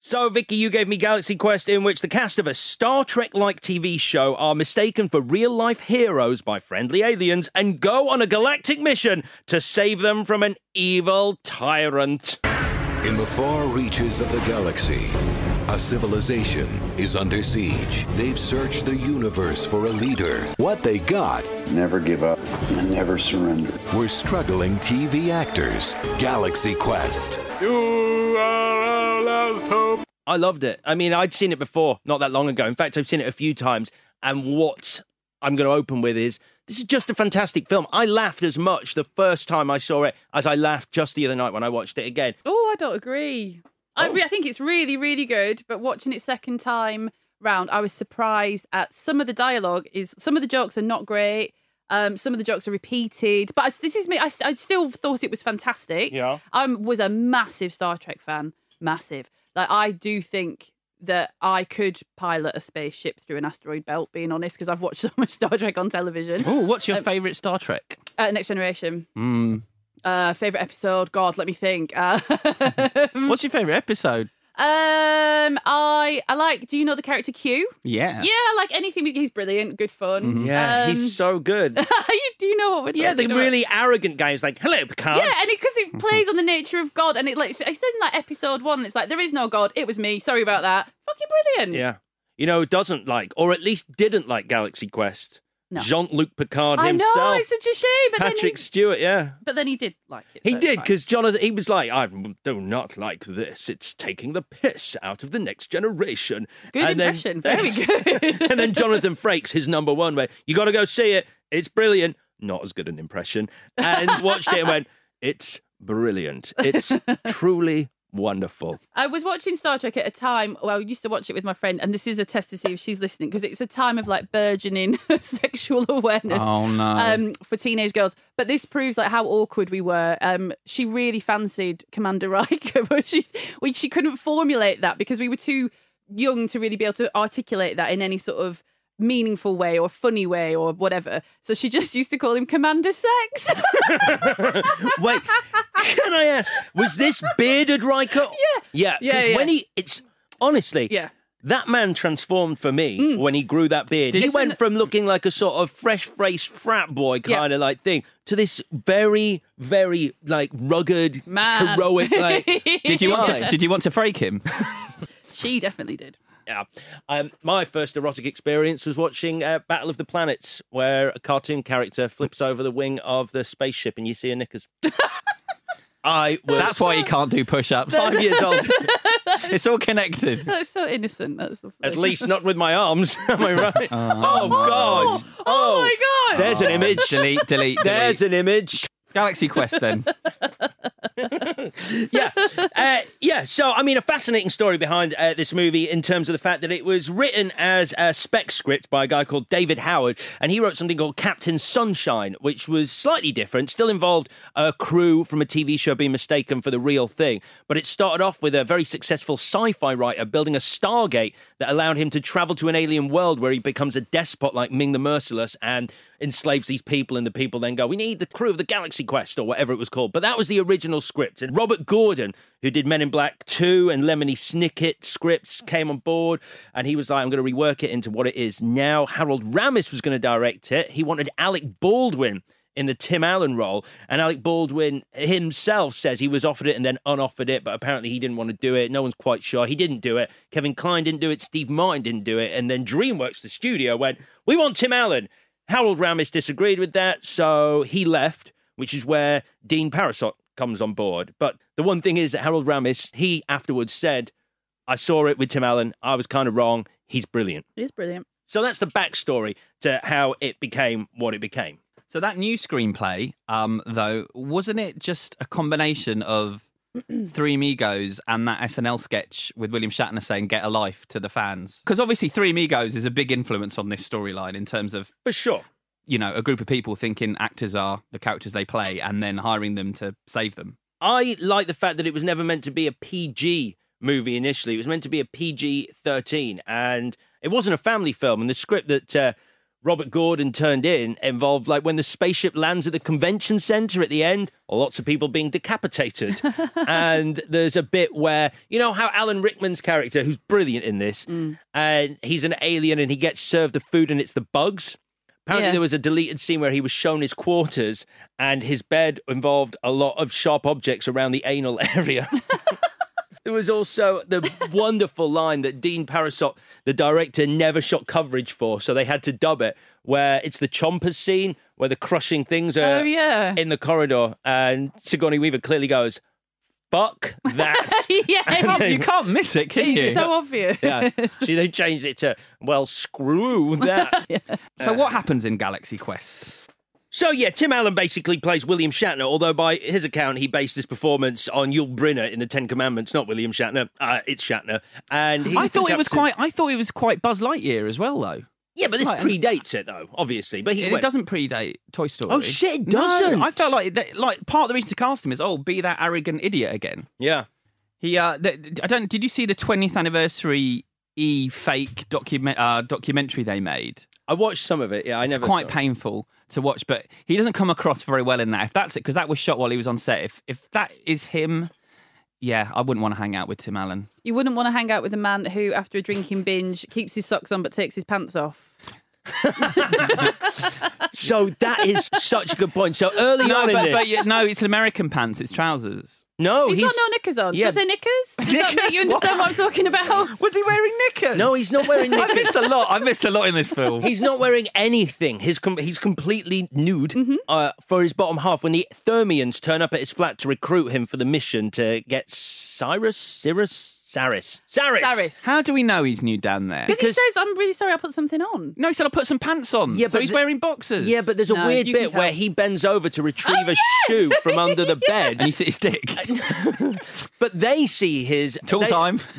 So, Vicky, you gave me Galaxy Quest, in which the cast of a Star Trek like TV show are mistaken for real life heroes by friendly aliens and go on a galactic mission to save them from an evil tyrant.
In the far reaches of the galaxy, a civilization is under siege. They've searched the universe for a leader. What they got
Never give up and never surrender.
were struggling TV actors. Galaxy Quest.
You are our last hope. I loved it. I mean, I'd seen it before, not that long ago. In fact, I've seen it a few times. And what I'm going to open with is this is just a fantastic film. I laughed as much the first time I saw it as I laughed just the other night when I watched it again.
Oh, I don't agree.
Oh.
I, re- I think it's really, really good, but watching it second time round, I was surprised at some of the dialogue. Is some of the jokes are not great. Um, some of the jokes are repeated, but I, this is me. I, I still thought it was fantastic.
Yeah.
I was a massive Star Trek fan, massive. Like I do think that I could pilot a spaceship through an asteroid belt. Being honest, because I've watched so much Star Trek on television. Um,
Oh, what's your favourite Star Trek?
Uh, Next Generation,
Mm.
uh, favorite episode. God, let me think. Uh,
What's your favourite episode?
Um, I I like. Do you know the character Q?
Yeah. Mm-hmm.
Yeah, I like anything. He's brilliant. Good fun.
Yeah,
Um,
he's so good.
you- do you know what we're
yeah, the
talking about?
really arrogant guy is like, hello, Picard.
Yeah, and because
Mm-hmm.
it, plays on the nature of God, and it like it's in like episode one. It's like there is no God. It was me. Sorry about that. Fucking brilliant.
Yeah. You know, who doesn't like, or at least didn't like Galaxy Quest.
No.
Jean Luc Picard
I
himself.
know it's such a shame. But then
Patrick
he,
Stewart, yeah.
but then he did like it.
He
so it's
did,
fine.
because Jonathan, he was like, I do not like this. It's taking the piss out of the next generation.
good
And then-
impression. Very good.
and then Jonathan Frakes, his number one, went, You got to go see it. It's brilliant. Not as good an impression. And watched it and went, It's brilliant. It's truly wonderful.
I was watching Star Trek at a time. Well, I used to watch it with my friend, and this is a test to see if she's listening because it's a time of like burgeoning sexual awareness.
Oh, no.
Um, for teenage girls, but this proves like how awkward we were. Um, she really fancied Commander Riker, but she we, she couldn't formulate that because we were too young to really be able to articulate that in any sort of meaningful way or funny way or whatever. So she just used to call him Commander Sex.
Wait, can I ask, was this bearded Riker? Yeah. Yeah.
Yeah,
'cause
yeah.
When he, it's honestly,
yeah.
That man transformed for me when he grew that beard.
Did
he
you-
went from looking like a sort of fresh-faced frat boy kind of like thing to this very, very like rugged,
Man.
heroic. Like,
Did you want to?
guy.
Did you want to fake him?
She definitely did.
Yeah. Um, my first erotic experience was watching uh, Battle of the Planets, where a cartoon character flips over the wing of the spaceship and you see her knickers. I was
That's why you can't do push-ups.
five years old.
It's all connected.
That's so innocent. That's the
At least not with my arms. Am I right?
Uh-huh.
oh, God. Oh,
my God.
There's an image.
Oh. delete, delete, delete.
There's an image.
Galaxy Quest then.
yeah. Uh, yeah. So, I mean, a fascinating story behind uh, this movie in terms of the fact that it was written as a spec script by a guy called David Howard, and he wrote something called Captain Sunshine, which was slightly different, still involved a crew from a TV show being mistaken for the real thing. But it started off with a very successful sci fi writer building a Stargate that allowed him to travel to an alien world where he becomes a despot like Ming the Merciless and enslaves these people, and the people then go, We need the crew of the Galaxy Quest or whatever it was called. But that was the original script. And Robert Gordon, who did Men in Black 2 and Lemony Snicket scripts, came on board and he was like, I'm going to rework it into what it is now. Harold Ramis was going to direct it. He wanted Alec Baldwin. In the Tim Allen role, and Alec Baldwin himself says he was offered it and then unoffered it, but apparently he didn't want to do it. No one's quite sure. He didn't do it. Kevin Kline didn't do it. Steve Martin didn't do it. And then DreamWorks, the studio, went, We want Tim Allen. Harold Ramis disagreed with that, so he left, which is where Dean Parasot comes on board. But the one thing is that Harold Ramis, he afterwards said, I saw it with Tim Allen. I was kind of wrong. He's brilliant.
It is brilliant.
So that's the backstory to how it became what it became.
So that new screenplay, um, though, wasn't it just a combination of Three Amigos and that SNL sketch with William Shatner saying "Get a life" to the fans? Because obviously, Three Amigos is a big influence on this storyline in terms of
For sure.
you know a group of people thinking actors are the characters they play and then hiring them to save them.
I like the fact that it was never meant to be a PG movie initially. It was meant to be a PG 13, and it wasn't a family film. And the script that uh, Robert Gordon turned in involved like when the spaceship lands at the convention center at the end, lots of people being decapitated. and there's a bit where, you know, how Alan Rickman's character, who's brilliant in this, and he's an alien and he gets served the food and it's the bugs. Apparently,
Yeah.
there was a deleted scene where he was shown his quarters, and his bed involved a lot of sharp objects around the anal area. there was also the wonderful line that Dean Parasot, the director, never shot coverage for, so they had to dub it, where it's the chompers scene where the crushing things are
Oh, yeah.
in the corridor, and Sigourney Weaver clearly goes, "Fuck that."
yeah.
you can't miss it, can you?
It's so obvious.
yeah, she they changed it to well, screw that.
so what happens in Galaxy Quest?
So yeah, Tim Allen basically plays William Shatner, although by his account he based his performance on Yul Brynner in the Ten Commandments, not William Shatner. Uh, it's Shatner, and he's
I
the
thought it was
captain-
quite. I thought it was quite Buzz Lightyear as well, though.
Yeah, but this
Right.
predates it though, obviously. But he
It,
went-
doesn't predate Toy Story.
Oh, shit, it
No,
doesn't.
I felt like that, like part of the reason to cast him is oh, be that arrogant idiot again.
Yeah,
He, uh, th- I don't. Did you see the 20th anniversary e fake document uh, documentary they made?
I watched some of it. Yeah, I
it's
never.
quite
saw it.
painful to watch, but he doesn't come across very well in that. If that's it, because that was shot while he was on set. If if that is him, yeah, I wouldn't want to hang out with Tim Allen.
You wouldn't want to hang out with a man who, after a drinking binge, keeps his socks on but takes his pants off.
So that is such a good point. So early
No,
on in
but,
this,
but yeah, no, it's American pants. It's trousers.
no,
he's,
Oh, he's
got no knickers on.
yeah.
Should I say knickers? Does that make you
Knickers?
understand what I'm talking about?
Was he wearing knickers?
no, he's not wearing.
I
knickers.
missed a lot. I missed a lot in this film.
He's not wearing anything. He's com- he's completely nude
Mm-hmm.
uh, for his bottom half. When the Thermians turn up at his flat to recruit him for the mission to get Cyrus, Cyrus, Saris, Saris,
Saris.
How do we know he's new down there?
Because he
because-
says, I'm really sorry I put something on.
No, he said I put some pants on.
Yeah,
Yeah,
but
so he's
the-
wearing boxers.
Yeah, but there's a
No,
weird
you can
bit
tell.
where he bends over to retrieve
Oh, yeah!
a shoe from under the bed,
and you see his dick.
but they see his
Tool
they-
time.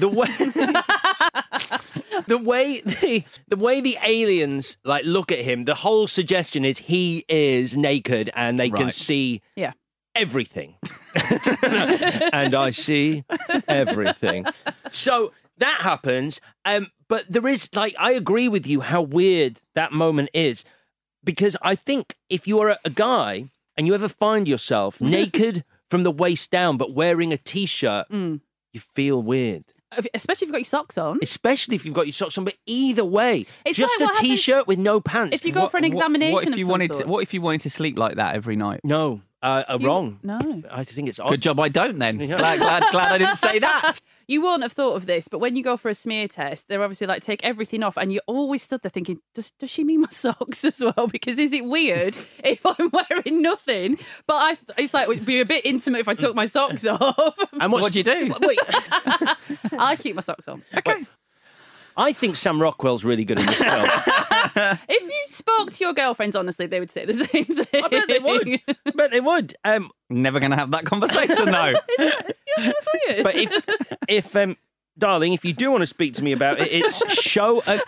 The way the way the the way the aliens like look at him. The whole suggestion is he is naked, and they can
Right.
see
Yeah.
everything. and I see everything. So that happens. Um, but there is, like, I agree with you how weird that moment is. Because I think if you are a- a guy and you ever find
Mm.
yourself naked from the waist down but wearing a t shirt, you feel weird.
especially if you've got your socks on.
Especially if you've got your socks on, but either way,
It's
just
like
a
what happens-
t-shirt with no pants.
If you go for an examination
What if
of
you
some
wanted?
sort.
To, what if you wanted to sleep like that every night?
No, uh, uh,
You-
wrong.
no.
I think it's odd.
Good job I don't then. Glad, glad, glad I didn't say that.
You won't have thought of this, but when you go for a smear test, they're obviously like take everything off, and you always stood there thinking, does does she mean my socks as well? Because is it weird if I'm wearing nothing? But I, th- it's like it'd be a bit intimate if I took my socks off.
And what's- what do you do?
Wait, I keep my socks on.
I think Sam Rockwell's really good in this film.
If you spoke to your girlfriends honestly, they would say the same thing. I bet
they would. but they would. Um,
Never going to have that conversation though.
That's weird.
but if, if, um, darling, if you do want to speak to me about it, it's show at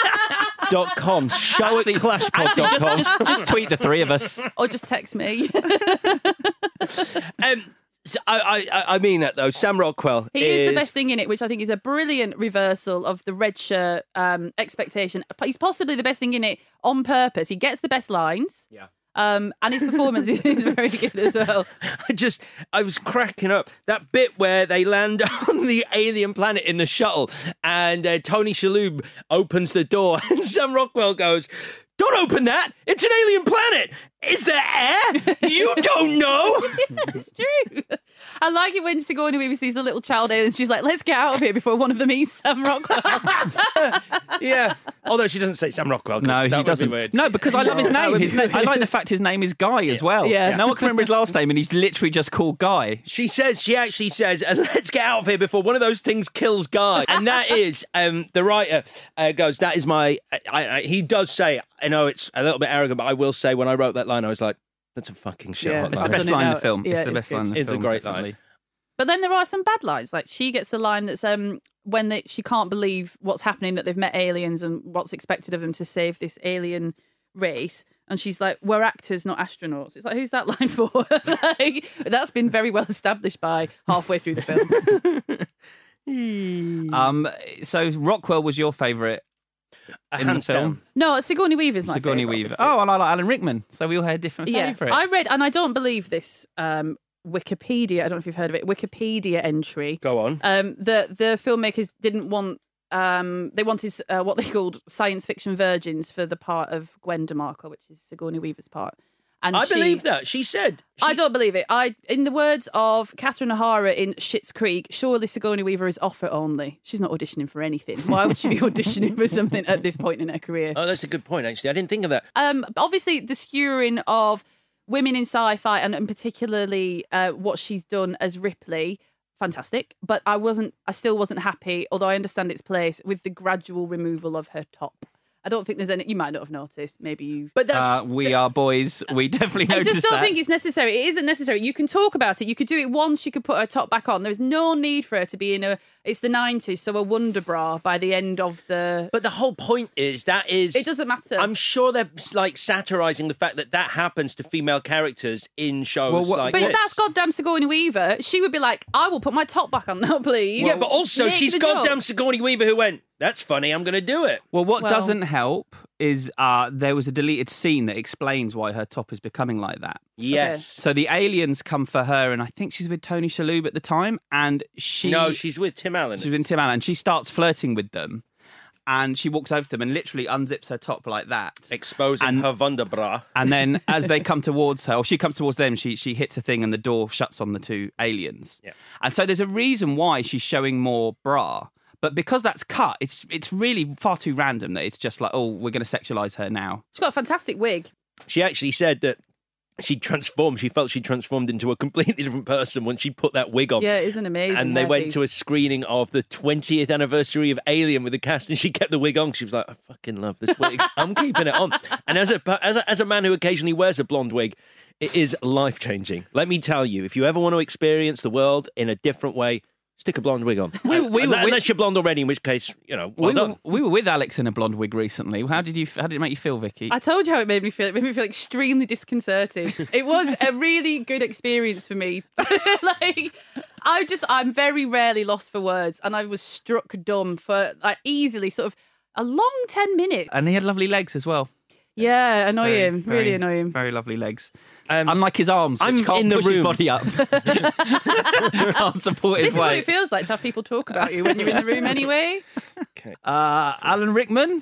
clashpod.com. Show at
Actually,
clashpod.com.
just, just, just tweet the three of us.
or just text me.
Um, so I, I, I- I mean that though. Sam Rockwell.
He is, the best thing in it, which I think is a brilliant reversal of the red shirt um, expectation. He's possibly the best thing in it on purpose. He gets the best lines. Yeah. Um, and his performance is, is very good as well.
I just, I was cracking up that bit where they land on the alien planet in the shuttle, and uh, Tony Shalhoub opens the door, and Sam Rockwell goes. Don't open that! It's an alien planet! Is there air? You don't know!
It's true. I like it when Sigourney Weaver sees the little child alien. She's like, "Let's get out of here before one of them eats Sam Rockwell."
yeah. Although she doesn't say Sam Rockwell. 'cause
No,
that
he
would be
doesn't.
weird.
No, because I love his
That
name.
would
His
be
name. I
weird.
like the fact his name is Guy as well.
Yeah.
No one can remember his last name, and he's literally just called Guy.
She says, she actually says, "Uh, let's get out of here before one of those things kills Guy. And that is, um, the writer uh, goes, that is my, I, I, he does say, I know it's a little bit arrogant, but I will say when I wrote that line, I was like, that's a fucking shit.
Yeah,
hot
It's the
line.
best
Done it
line in
now.
the film.
Yeah,
it's the
it's
best
good.
line in the
Uh, It's a
film.
great line.
definitely.
but then there are some bad lines. Like she gets the line that's um, when they, she can't believe what's happening that they've met aliens and what's expected of them to save this alien race. And she's like, "We're actors, not astronauts." It's like, who's that line for? like, that's been very well established by halfway through the film.
Um, so Rockwell was your favourite in the
hands
film,
no, Sigourney Weaver's my
Sigourney
favourite,
Weaver.
obviously.
Oh, and I like Alan Rickman. So we all had different
yeah,
favourite.
I read, and I don't believe this um, Wikipedia. I don't know if you've heard of it. Wikipedia entry.
Go on.
Um, the the filmmakers didn't want. Um, they wanted uh, what they called science fiction virgins for the part of Gwen DeMarco, which is Sigourney Weaver's part. And
I
she-
believe that. She said,
I don't believe it. I, in the words of Catherine O'Hara in Schitt's Creek, surely Sigourney Weaver is offer only. She's not auditioning for anything. Why would she be auditioning for something at this point in her career?
oh, that's a good point, actually. I didn't think of that.
Um, obviously, the skewering of women in sci-fi and, and particularly uh, what she's done as Ripley, fantastic. But I wasn't, I still wasn't happy, although I understand its place with the gradual removal of her top. I don't think there's any. You might not have noticed. Maybe you.
But
Uh,
that's,
we are boys. We definitely
I
noticed
just don't
that.
think it's necessary. It isn't necessary. You can talk about it. You could do it once. You could put her top back on. There's no need for her to be in a. It's the 90s, so a wonder bra by the end of the.
but the whole point is that is.
it doesn't matter.
I'm sure they're like satirizing the fact that that happens to female characters in shows
Well, what-
like
But
this.
if that's goddamn Sigourney Weaver, she would be like, I will put my top back on now, please.
yeah, but also
Make
she's
the joke.
goddamn Sigourney Weaver who went, that's funny, I'm going to do it.
Well, what
Well-
doesn't help is uh, there was a deleted scene that explains why her top is becoming like that.
Yes.
So the aliens come for her, and I think she's with Tony Shalhoub at the time, and she
no, she's with Tim Allen.
she's with Tim Allen. She starts flirting with them, and she walks over to them and literally unzips her top like that.
exposing
And-
her Wunderbra.
And then as they come towards her, or she comes towards them, she she hits a thing and the door shuts on the two aliens.
Yeah.
And so there's a reason why she's showing more bra. But because that's cut, it's it's really far too random that it's just like, oh, we're gonna sexualize her now.
She's got a fantastic wig.
She actually said that she transformed. She felt she transformed into a completely different person once she put that wig on.
Yeah, it isn't amazing.
And they
how
went
these-
to a screening of the 20th anniversary of Alien with the cast, and she kept the wig on. She was like, "I fucking love this wig. I'm keeping it on." And as a as a, as a man who occasionally wears a blonde wig, it is life changing. Let me tell you, if you ever want to experience the world in a different way, stick a blonde wig on.
We-
And-
we-
unless,
we-
unless you're blonde already, in which case, you know, well
we,
done.
were, we were with Alex in a blonde wig recently. How did you? How did it make you feel, Vicky?
I told you how it made me feel. It made me feel extremely disconcerted. it was a really good experience for me. like, I just, I'm very rarely lost for words, and I was struck dumb for like easily sort of a long 10 minutes.
and he had lovely legs as well.
Yeah, annoy
Very-
him. really
very-
annoy him.
Very lovely legs.
Um,
Unlike his arms, which
I'm
can't
in the
push
room.
his body up. can't support
This
his
is what
weight.
it feels like to have people talk about you when you're in the room anyway.
Uh, Alan Rickman.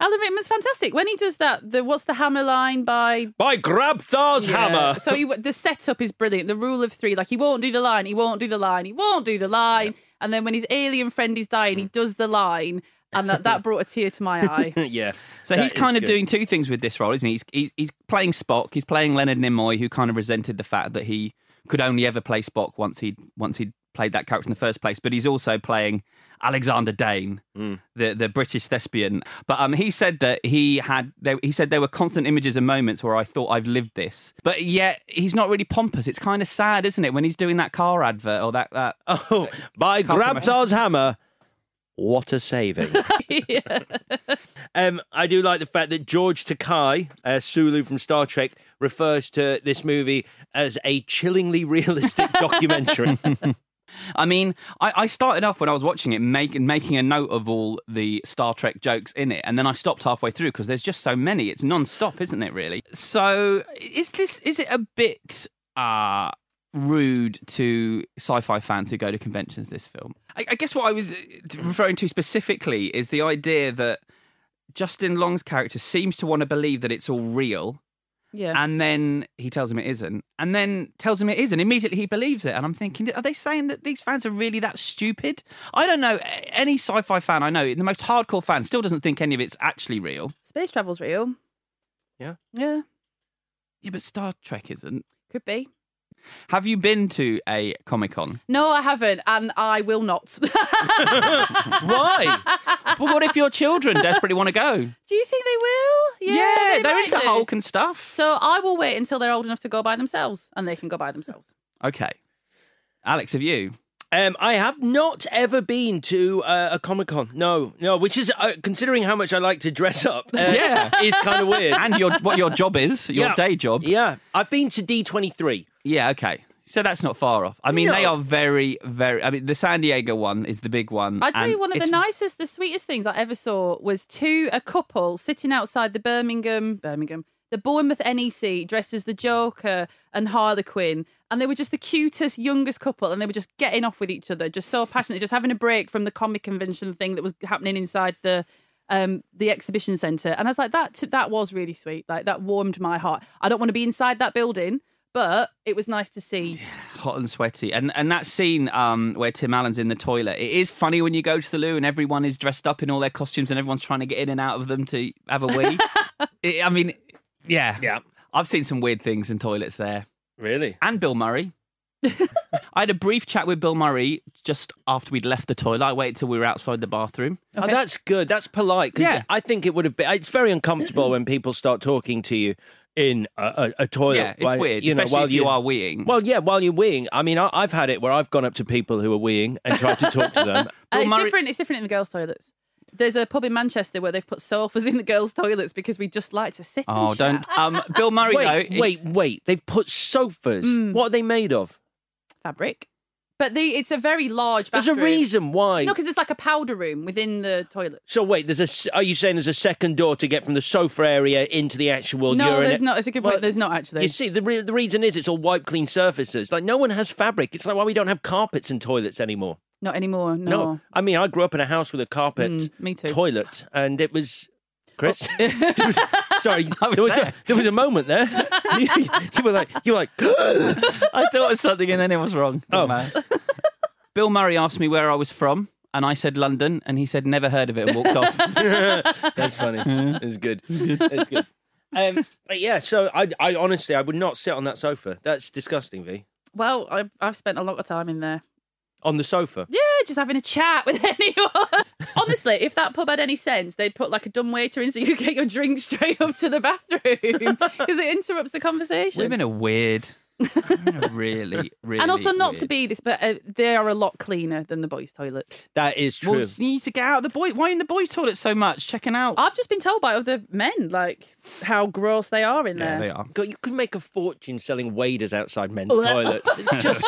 Alan Rickman's fantastic. When he does that, the what's the hammer line by
By grab Thor's
Yeah.
hammer.
So he, the setup is brilliant. The rule of three, like he won't do the line, he won't do the line, he won't do the line, and then when his alien friend is dying,
Mm.
he does the line, and that, that brought a tear to my eye.
yeah.
So
That
he's
is
kind of
good.
doing two things with this role, isn't he? He's, he's, he's playing Spock. He's playing Leonard Nimoy, who kind of resented the fact that he could only ever play Spock once he once he'd played that character in the first place. But he's also playing Alexander Dane, the the British thespian. But um, he said that he had there, he said there were constant images and moments where I thought I've lived this, but yet he's not really pompous. It's kind of sad, isn't it, when he's doing that car advert or that that
oh by Grabthar's hammer. What a saving. Um, I do like the fact that George Takai, uh, Sulu from Star Trek, refers to this movie as a chillingly realistic documentary.
I mean, I, I started off when I was watching it making making a note of all the Star Trek jokes in it, and then I stopped halfway through because there's just so many. It's non-stop, isn't it? Really. So is this is it a bit uh rude to sci-fi fans who go to conventions? This film. I, I guess what I was uh, referring to specifically is the idea that Justin Long's character seems to want to believe that it's all real.
Yeah.
And then he tells him it isn't, and then tells him it is, and immediately he believes it. And I'm thinking, are they saying that these fans are really that stupid? I don't know. A- Any sci fi fan I know, the most hardcore fan, still doesn't think any of it's actually real.
Space travel's real.
Yeah.
Yeah.
Yeah, but Star Trek isn't.
Could be.
Have you been to a Comic Con?
No, I haven't, and I will not.
Why? but what if your children desperately want to go?
do you think they will? Yeah,
Yeah,
they
they're
might
into
do.
Hulk and stuff.
So I will wait until they're old enough to go by themselves, and they can go by themselves.
Okay. Alex, have you?
Um, I have not ever been to uh, a Comic Con. No, no, which is, uh, considering how much I like to dress up, uh,
Yeah.
is kind of weird.
And your what your job is, your
Yeah.
day job.
Yeah. I've been to D23.
Yeah, okay. So that's not far off. I mean, they
No.
are very, very. I mean, the San Diego one is the big one.
I tell
Um, and
you, one of the
it's-
nicest, the sweetest things I ever saw was two a couple sitting outside the Birmingham, Birmingham, the Bournemouth NEC, dressed as the Joker and Harlequin, and they were just the cutest, youngest couple, and they were just getting off with each other, just so passionate, just having a break from the comic convention thing that was happening inside the. Um, the exhibition centre, and I was like, "That that was really sweet. Like that warmed my heart. I don't want to be inside that building, but it was nice to see."
hot and sweaty, and and that scene um, where Tim Allen's in the toilet. It is funny when you go to the loo and everyone is dressed up in all their costumes and everyone's trying to get in and out of them to have a wee. It- I mean, yeah,
yeah.
I've seen some weird things in toilets there.
Really?
And Bill Murray. I had a brief chat with Bill Murray just after we'd left the toilet. I waited till we were outside the bathroom.
Oh, that's good. That's polite. 'cause
Yeah.
I think it would have been. It's very uncomfortable when people start talking to you in a, a, a toilet.
Yeah, it's
while-
weird,
You know,
especially
while
if you
you're-
are weeing.
Well, yeah, while you're weeing. I mean, I, I've had it where I've gone up to people who are weeing and tried to talk to them.
Uh, it's different. It's different in the girls' toilets. There's a pub in Manchester where they've put sofas in the girls' toilets because we just like to sit.
Oh,
and
don't.
chat.
Um, Bill Murray,
wait,
though.
wait, wait. They've put sofas.
Mm.
What are they made of?
fabric. But the it's a very large.
There's
Bathroom.
a reason why.
No, because it's like a powder room within the toilet.
so wait, there's a. s- Are you saying there's a second door to get from the sofa area into the actual
no,
urine?
there's not. It's a good point. There's not actually.
You see, the, re- the reason is it's all wipe clean surfaces. Like, no one has fabric. It's like why we don't have carpets in toilets anymore.
not anymore. No.
I mean, I grew up in a house with a carpet
Mm, me too. Oh.
toilet, and it was. Chris, sorry, there, was a, there was a moment there. you, you were like, you were like,
I thought of something and then it was wrong.
Oh.
Bill Murray asked me where I was from, and I said London, and he said never heard of it and walked off.
that's funny. It's good. It's good. Um, but yeah, so I, I honestly, I would not sit on that sofa. That's disgusting, V.
Well, I've, I've spent a lot of time in there.
On the sofa.
Yeah, just having a chat with anyone. Honestly, if that pub had any sense, they'd put like a dumb waiter in so you could get your drink straight up to the bathroom because it interrupts the conversation.
Women are weird.
really, really.
and also, not to
weird.
be this, but uh, they are a lot cleaner than the boys' toilets.
That is
Well, you need to get out of the boy. Why in the boys' toilet so much? Checking out.
I've just been told by other men like how gross they are in there.
are. God, you could make a fortune selling waders outside men's toilets. It's just.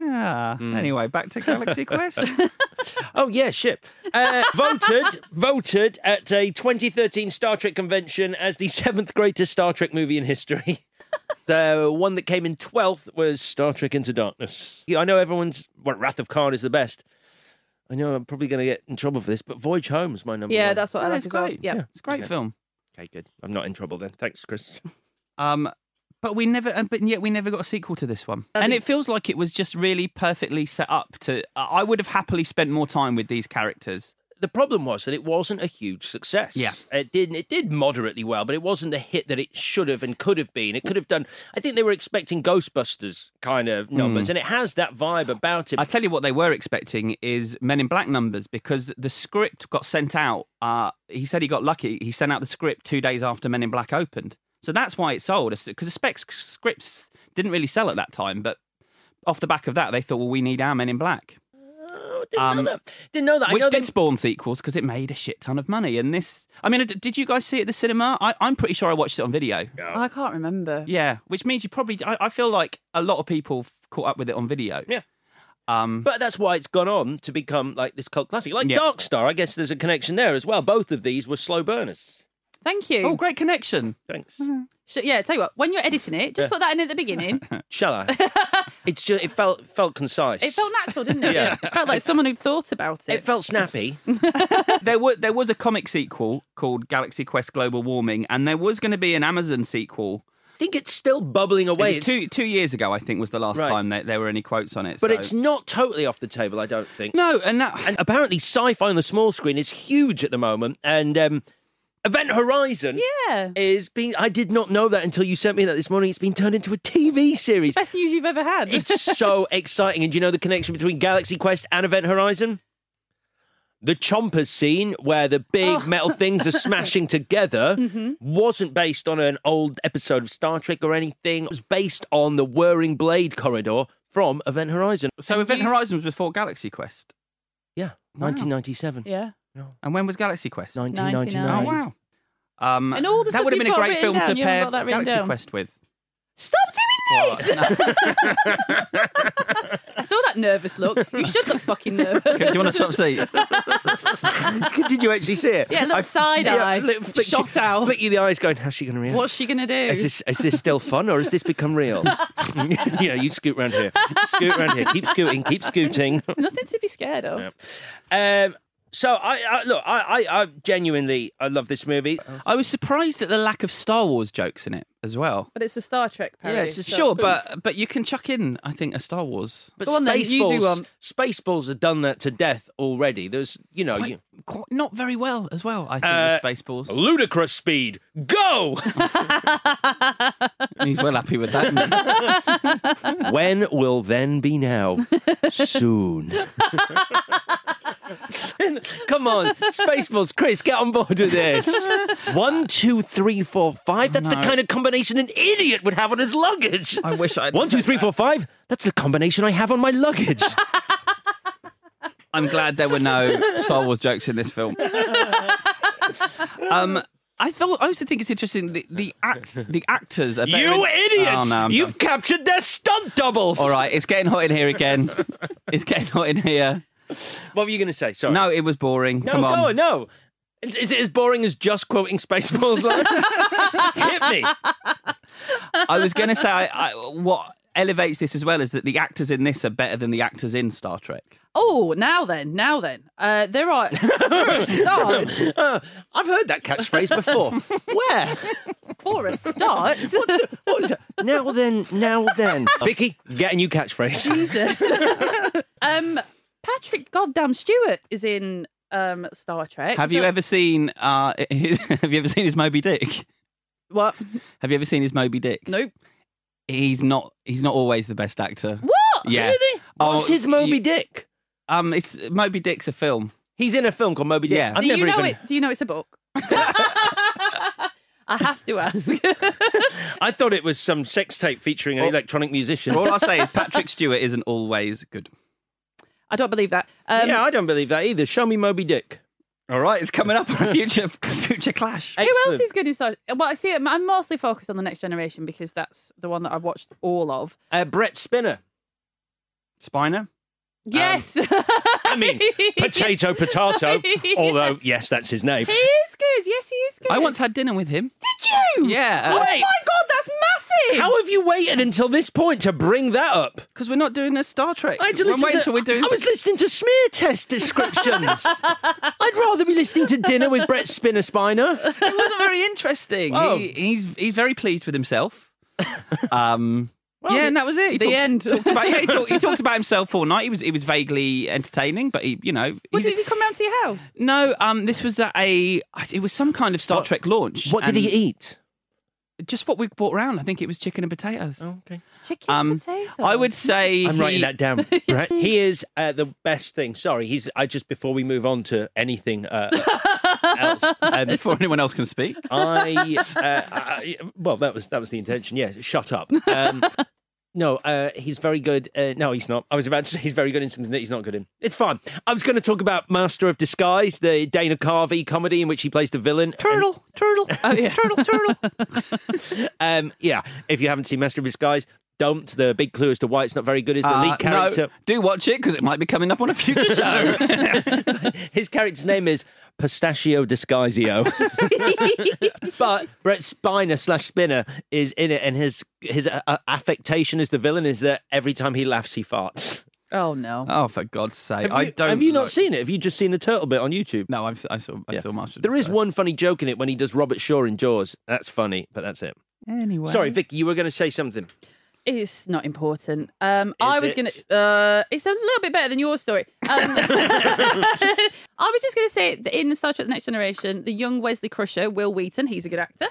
Yeah. Anyway, back to Galaxy Quest.
Oh yeah, ship. Uh, voted, voted at a 2013 Star Trek convention as the seventh greatest Star Trek movie in history. The one that came in 12th was Star Trek Into Darkness. Yeah, I know everyone's well, Wrath of Khan is the best. I know I'm probably going to get in trouble for this, but Voyage Home is my number
Yeah,
one.
that's what I
Yeah,
like
it's
as well.
great.
Yeah.
It's a great
Okay.
film.
Okay, good. I'm not in trouble then. Thanks, Chris.
Um, but we never, and- but yet we never got a sequel to this one. And it feels like it was just really perfectly set up to. I I would have happily spent more time with these characters.
The problem was that it wasn't a huge success.
Yeah.
It didn't it did moderately well, but it wasn't the hit that it should have and could have been. It could have done I think they were expecting Ghostbusters kind of
Hmm.
numbers, and it has that vibe about it.
I tell you what they were expecting is Men in Black numbers because the script got sent out. Uh, he said he got lucky. He sent out the script two days after Men in Black opened, so that's why it sold. Because the specs scripts didn't really sell at that time, but off the back of that, they thought, well, we need our Men in Black.
Oh, didn't
Um,
know that. Didn't know that.
Which
I know
did
they-
spawn sequels because it made a shit ton of money. And this, I mean, d- did you guys see it at the cinema? I, I'm pretty sure I watched it on video.
I can't remember.
Yeah, which means you probably, I, I feel like a lot of people f- caught up with it on video.
Yeah.
Um,
But that's why it's gone on to become like this cult classic. Like
Yeah.
Dark Star, I guess there's a connection there as well. Both of these were slow burners.
Thank you.
oh, great connection.
Thanks.
Mm-hmm.
Sh- yeah, tell you what, when you're editing it, just put that in at the beginning.
Shall I? it's just it felt felt concise.
It felt natural, didn't it?
Yeah.
It felt like someone who'd thought about it.
it felt snappy.
there were there was a comic sequel called Galaxy Quest Global Warming, and there was going to be an Amazon sequel.
I think it's still bubbling
It was
away. It's-
two two years ago, I think, was the last
Right.
time that there were any quotes on it.
but
so-
it's not totally off the table, I don't think.
no, and that
And apparently, sci-fi on the small screen is huge at the moment, and um, Event Horizon
yeah.
is being. I did not know that until you sent me that this morning. It's been turned into a TV series.
Best news you've ever had.
It's so exciting. And do you know the connection between Galaxy Quest and Event Horizon? The Chompers scene, where the big
Oh.
metal things are smashing together,
Mm-hmm.
wasn't based on an old episode of Star Trek or anything. It was based on the Whirring Blade corridor from Event Horizon.
so Event Horizon was before Galaxy Quest,
Yeah, 1997.
yeah.
and when was Galaxy Quest?
1999.
Oh wow! Um,
And all the
that
stuff
would have been
you've
a
got
great
written
film
down,
to
you haven't
pair
got that written
Galaxy
down.
Quest with.
Stop doing this! I saw that nervous look. You should look fucking nervous.
Okay, do you want a top seat?
Did you actually see it?
Yeah, look side eye.
flick
Shot
you,
out.
Flick you the eyes going, how's she going to react?
What's she going to do?
Is this is this still fun or has this become real? yeah, you scoot round here. Scoot round here. Keep scooting. Keep scooting.
Nothing to be scared of.
Um, so I, I look. I, I, I genuinely I love this movie.
I was surprised at the lack of Star Wars jokes in it as well.
But it's a Star Trek parody.
Yeah, it's a
so-
Sure, but but you can chuck in, I think, a Star Wars.
But
Go on then, you do one.
Spaceballs have done that to death already. There's, you know, you,
Quite, quite, not very well as well. I think
Uh,
with Spaceballs.
ludicrous speed. Go.
He's well happy with that. isn't he?
when will then be now? Soon. Come on, Spaceballs, Chris, get on board with this. One, two, three, four, five. That's the
No.
kind of combination an idiot would have on his luggage.
I wish I'd
One, two,
said
three,
that.
four, five. That's the combination I have on my luggage.
I'm glad there were no Star Wars jokes in this film. Um, I thought I also think it's interesting the, the act the actors. Are better
you
in-
idiots!
Oh, no, I'm
You've captured their stunt doubles.
All right, it's getting hot in here again. It's getting hot in here.
What were you going to say? Sorry.
No, it was boring.
no,
Come on.
go on, no. Is it as boring as just quoting Spaceballs? lines? Hit me.
I was going to say I, I, what elevates this as well is that the actors in this are better than the actors in Star Trek.
Oh, now then, now then. Uh, there are. For a start.
Uh, I've heard that catchphrase before. Where?
For a start.
What was that? Now then, now then. Vicky, get a new catchphrase.
Jesus. um, Patrick Goddamn Stewart is in um, Star Trek.
Have you
So-
ever seen? Uh, have you ever seen his Moby Dick?
What?
Have you ever seen his Moby Dick?
Nope.
He's not. He's not always the best actor.
What?
Yeah.
Really? What's
Oh,
his Moby
you-
Dick?
Um, it's Moby Dick's a film.
He's in a film called Moby Dick.
Yeah.
I've
Do
never
you know
even.
it? Do you know it's a book? I have to ask.
I thought it was some sex tape featuring an electronic musician.
All I'll say is Patrick Stewart isn't always good.
I don't believe that. Um,
yeah,
um,
I don't believe that either. Show me Moby Dick.
All right, it's coming up on a future future clash.
Who else is good in sci Well, I see. I'm- I'm mostly focused on the Next Generation because that's the one that I've watched all of.
Uh, Brett Spinner.
Spiner? Um,
Yes,
I mean, potato, potato. Although, yes, that's his name.
he is good. Yes, he is good.
I once had dinner with him.
Did you?
Yeah,
oh
uh,
my
Wait.
god, that's massive.
How have you waited until this point to bring that up?
Because we're not doing a Star Trek.
I had to
We're
listen
waiting
to,
till we're doing
I was listening to smear test descriptions. I'd rather be listening to dinner with Brett Spinner Spiner.
it wasn't very interesting.
Oh.
He, he's he's very pleased with himself. Um, yeah, and that was it. He
the
talked,
end.
talked about, yeah, he, talked, he talked about himself all night. He was he was vaguely entertaining, but he you know
Well,
he's-
did he come round to your house?
no. Um, this was at a it was some kind of Star Trek launch.
What did he
and
eat?
Just what we brought round. I think it was chicken and potatoes.
okay.
Chicken
Um,
potato.
I would say
I'm
Oh, he,
writing that down. Right, he is uh, the best thing. Sorry, he's. I just before we move on to anything uh, else. Um,
before anyone else can speak.
I, uh, I well, that was that was the intention. Yeah, shut up. Um, no, uh, he's very good. Uh, no, he's not. I was about to say he's very good in something that he's not good in. It's fine. I was going to talk about Master of Disguise, the Dana Carvey comedy in which he plays the villain. Turtle, turtle, turtle, turtle. um, yeah, if you haven't seen Master of Disguise, don't. The big clue as to why it's not very good is the
Uh,
lead character.
No, do watch it because it might be coming up on a future show.
His character's name is Pistachio Disguisio. but Brett Spiner slash Spinner is in it, and his his uh, uh, affectation as the villain is that every time he laughs, he farts.
Oh no.
oh, for God's sake!
Have you,
I don't.
have you not
like-
seen it? Have you just seen the turtle bit on YouTube?
No, I've, I saw. I
Yeah.
saw Marshall.
There is one funny joke in it when he does Robert Shaw in Jaws. That's funny, but that's it.
Anyway,
Sorry, Vicky, you were going to say something.
It's not important. Um, I was
it?
gonna. Uh, it's a little bit better than your story. Um, I was just gonna say that in Star Trek: The Next Generation, the young Wesley Crusher, Will Wheaton, he's a good actor.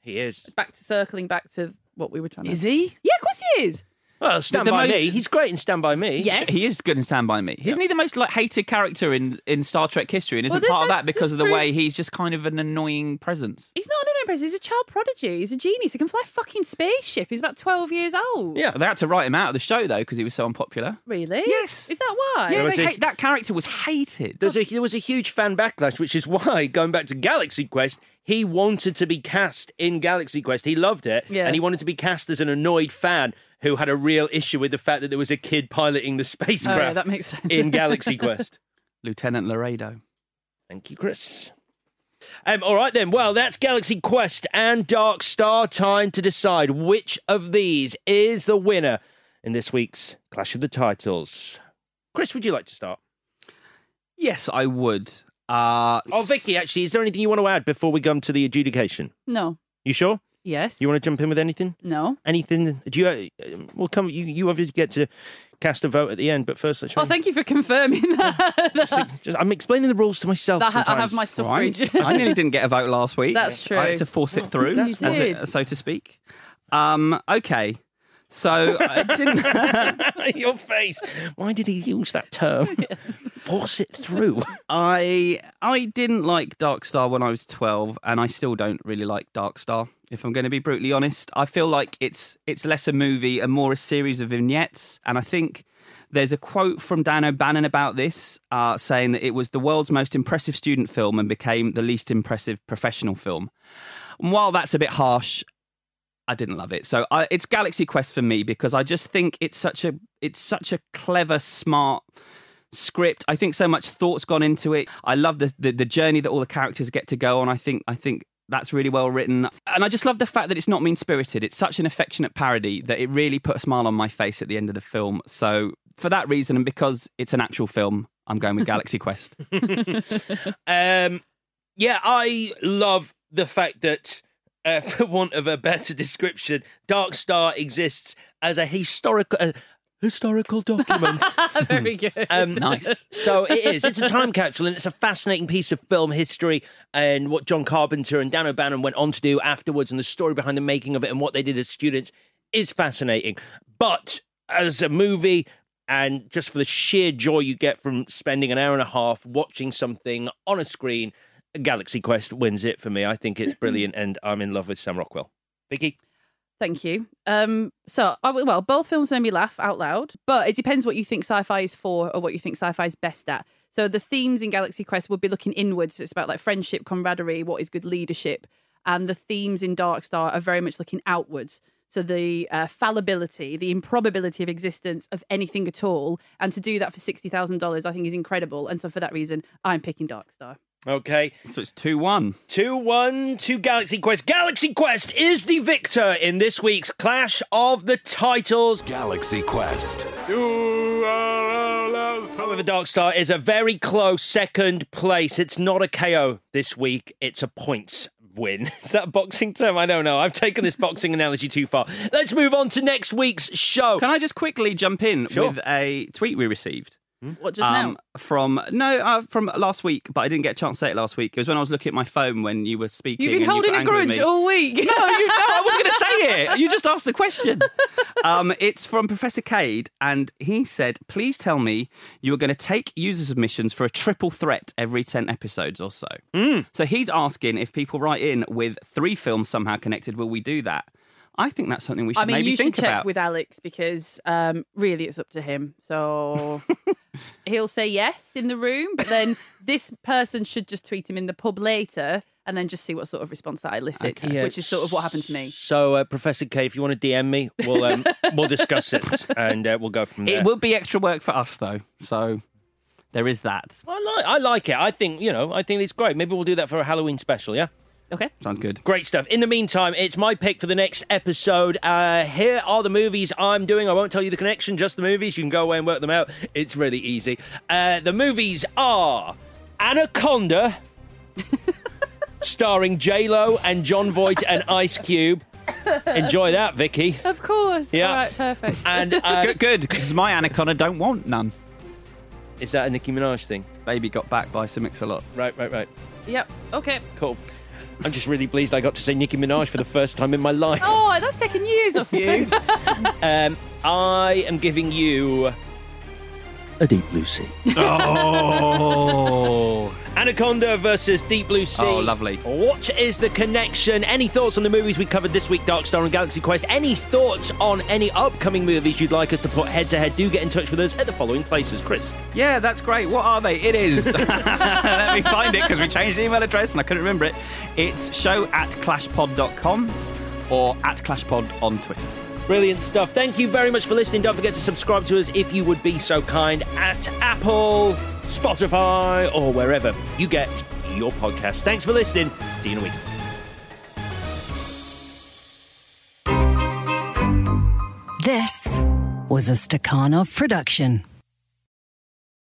He is.
Back to circling back to what we were trying.
Is
to...
he?
Yeah, of course he is.
Well, Stand
The
By
mo-
Me. He's great in Stand By Me.
Yes.
He is good in Stand By Me. Isn't he the most like hated character in, in Star Trek history? And
Well,
isn't
this
part of
is-
that because of the
this
way
proves-
he's just kind of an annoying presence?
He's not an empress. He's a child prodigy. He's a genius. He can fly a fucking spaceship. He's about twelve years old.
Yeah, they had to write him out of the show though because he was so unpopular.
Really?
Yes.
Is that why?
Yeah,
was
they
a-
hate, that character was hated.
There's a, there was a huge fan backlash, which is why, going back to Galaxy Quest, he wanted to be cast in Galaxy Quest. He loved it,
Yeah.
and he wanted to be cast as an annoyed fan who had a real issue with the fact that there was a kid piloting the spacecraft
Oh, that makes sense.
in Galaxy Quest.
Lieutenant Laredo.
Thank you, Chris. Um, all right, then. Well, that's Galaxy Quest and Dark Star. Time to decide which of these is the winner in this week's Clash of the Titles. Chris, would you like to start?
Yes, I would. Uh,
Oh, Vicky, actually, is there anything you want to add before we come to the adjudication?
No.
You sure?
Yes.
You want to jump in with anything?
No.
Anything? Do you? uh, Um, well, come. You, you obviously get to cast a vote at the end, but first let's.
Oh, thank you for confirming that.
Just, I'm explaining the rules to myself.
That I have
sometimes.
my
Right.
suffrage.
I nearly didn't get a vote last
Oh,
week.
That's
I
true.
had to force it through,
You
as it-
did.
so to speak. Um, okay, so I didn't.
Your face. Why did he use that term? Force it through.
I I didn't like Dark Star when I was 12 and I still don't really like Dark Star if I'm going to be brutally honest. I feel like it's it's less a movie and more a series of vignettes and I think there's a quote from Dan O'Bannon about this uh, saying that it was the world's most impressive student film and became the least impressive professional film. And while that's a bit harsh, I didn't love it. So I, it's Galaxy Quest for me because I just think it's such a it's such a clever, smart script. I think so much thought's gone into it. I love the, the the journey that all the characters get to go on. I think I think that's really well written, and I just love the fact that it's not mean spirited. It's such an affectionate parody that it really put a smile on my face at the end of the film. So for that reason, and because it's an actual film, I'm going with Galaxy Quest.
Um, yeah, I love the fact that, uh, for want of a better description, Dark Star exists as a historical a historical document.
Very good.
Um,
Nice.
So it is. It's a time capsule, and it's a fascinating piece of film history and what John Carpenter and Dan O'Bannon went on to do afterwards, and the story behind the making of it and what they did as students is fascinating. But as a movie, and just for the sheer joy you get from spending an hour and a half watching something on a screen, Galaxy Quest wins it for me. I think it's brilliant, and I'm in love with Sam Rockwell. Vicky.
Thank you. Um, so, I- well, both films made me laugh out loud, but it depends what you think sci-fi is for or what you think sci-fi is best at. So, the themes in Galaxy Quest would be looking inwards. It's about like friendship, camaraderie, what is good leadership, and the themes in Dark Star are very much looking outwards. So, the uh, fallibility, the improbability of existence of anything at all, and to do that for sixty thousand dollars, I think is incredible. And so, for that reason, I'm picking Dark Star.
Okay.
So it's 2 1.
2 1 to Galaxy Quest. Galaxy Quest is the victor in this week's Clash of the Titles.
Galaxy Quest.
However, Dark Star is a very close second place. It's not a KO this week, it's a points win. Is that a boxing term? I don't know. I've taken this boxing analogy too far. Let's move on to next week's show.
Oh.
Can I just quickly jump in
Sure.
with a tweet we received?
Hmm?
Um,
What just now?
From no, uh, from last week, but I didn't get a chance to say it last week. It was when I was looking at my phone when you were speaking.
You've been
and
holding
you
a
got angry with
grudge
me.
all week.
No, you, no, I wasn't going to say it. You just asked the question. Um, it's from Professor Cade, and he said, "Please tell me you are going to take user submissions for a triple threat every ten episodes or so."
Hmm.
So he's asking if people write in with three films somehow connected, will we do that? I think that's something we should
I mean,
maybe
you should
think
check
about.
with Alex because um, really it's up to him. So he'll say yes in the room, but then this person should just tweet him in the pub later and then just see what sort of response that elicits,
Okay. Yeah.
which is sort of what happened to me.
So, uh, Professor K, if you want to DM me, we'll um, we'll discuss it and uh, we'll go from there.
It would be extra work for us though, so there is that.
I like I like it. I think you know. I think it's great. Maybe we'll do that for a Halloween special. Yeah.
Okay.
Sounds good.
Great stuff. In the meantime, it's my pick for the next episode. Uh, here are the movies I'm doing. I won't tell you the connection, just the movies. You can go away and work them out. It's really easy. Uh, the movies are Anaconda, starring J Lo and John Voight and Ice Cube. Enjoy that, Vicky.
Of course.
Yeah.
All right, perfect.
And uh,
Good, good, because my anaconda don't want none.
is that a Nicki Minaj thing?
Baby got back by some mix a lot.
Right, right, right.
yep. Okay.
Cool. I'm just really pleased I got to say Nicki Minaj for the first time in my life.
Oh, that's taken years off you.
Um, I am giving you a deep blue sea.
Oh.
Anaconda versus Deep Blue Sea.
Oh, lovely.
What is the connection? Any thoughts on the movies we covered this week, Dark Star and Galaxy Quest? Any thoughts on any upcoming movies you'd like us to put head to head? Do get in touch with us at the following places. Chris.
Yeah, that's great. What are they? It is. Let me find it because we changed the email address and I couldn't remember it. It's show at clashpod.com or at clashpod on Twitter.
Brilliant stuff. Thank you very much for listening. Don't forget to subscribe to us if you would be so kind at Apple, Spotify, or wherever you get your podcast. Thanks for listening. See you in a week.
This was a Stakhanov production.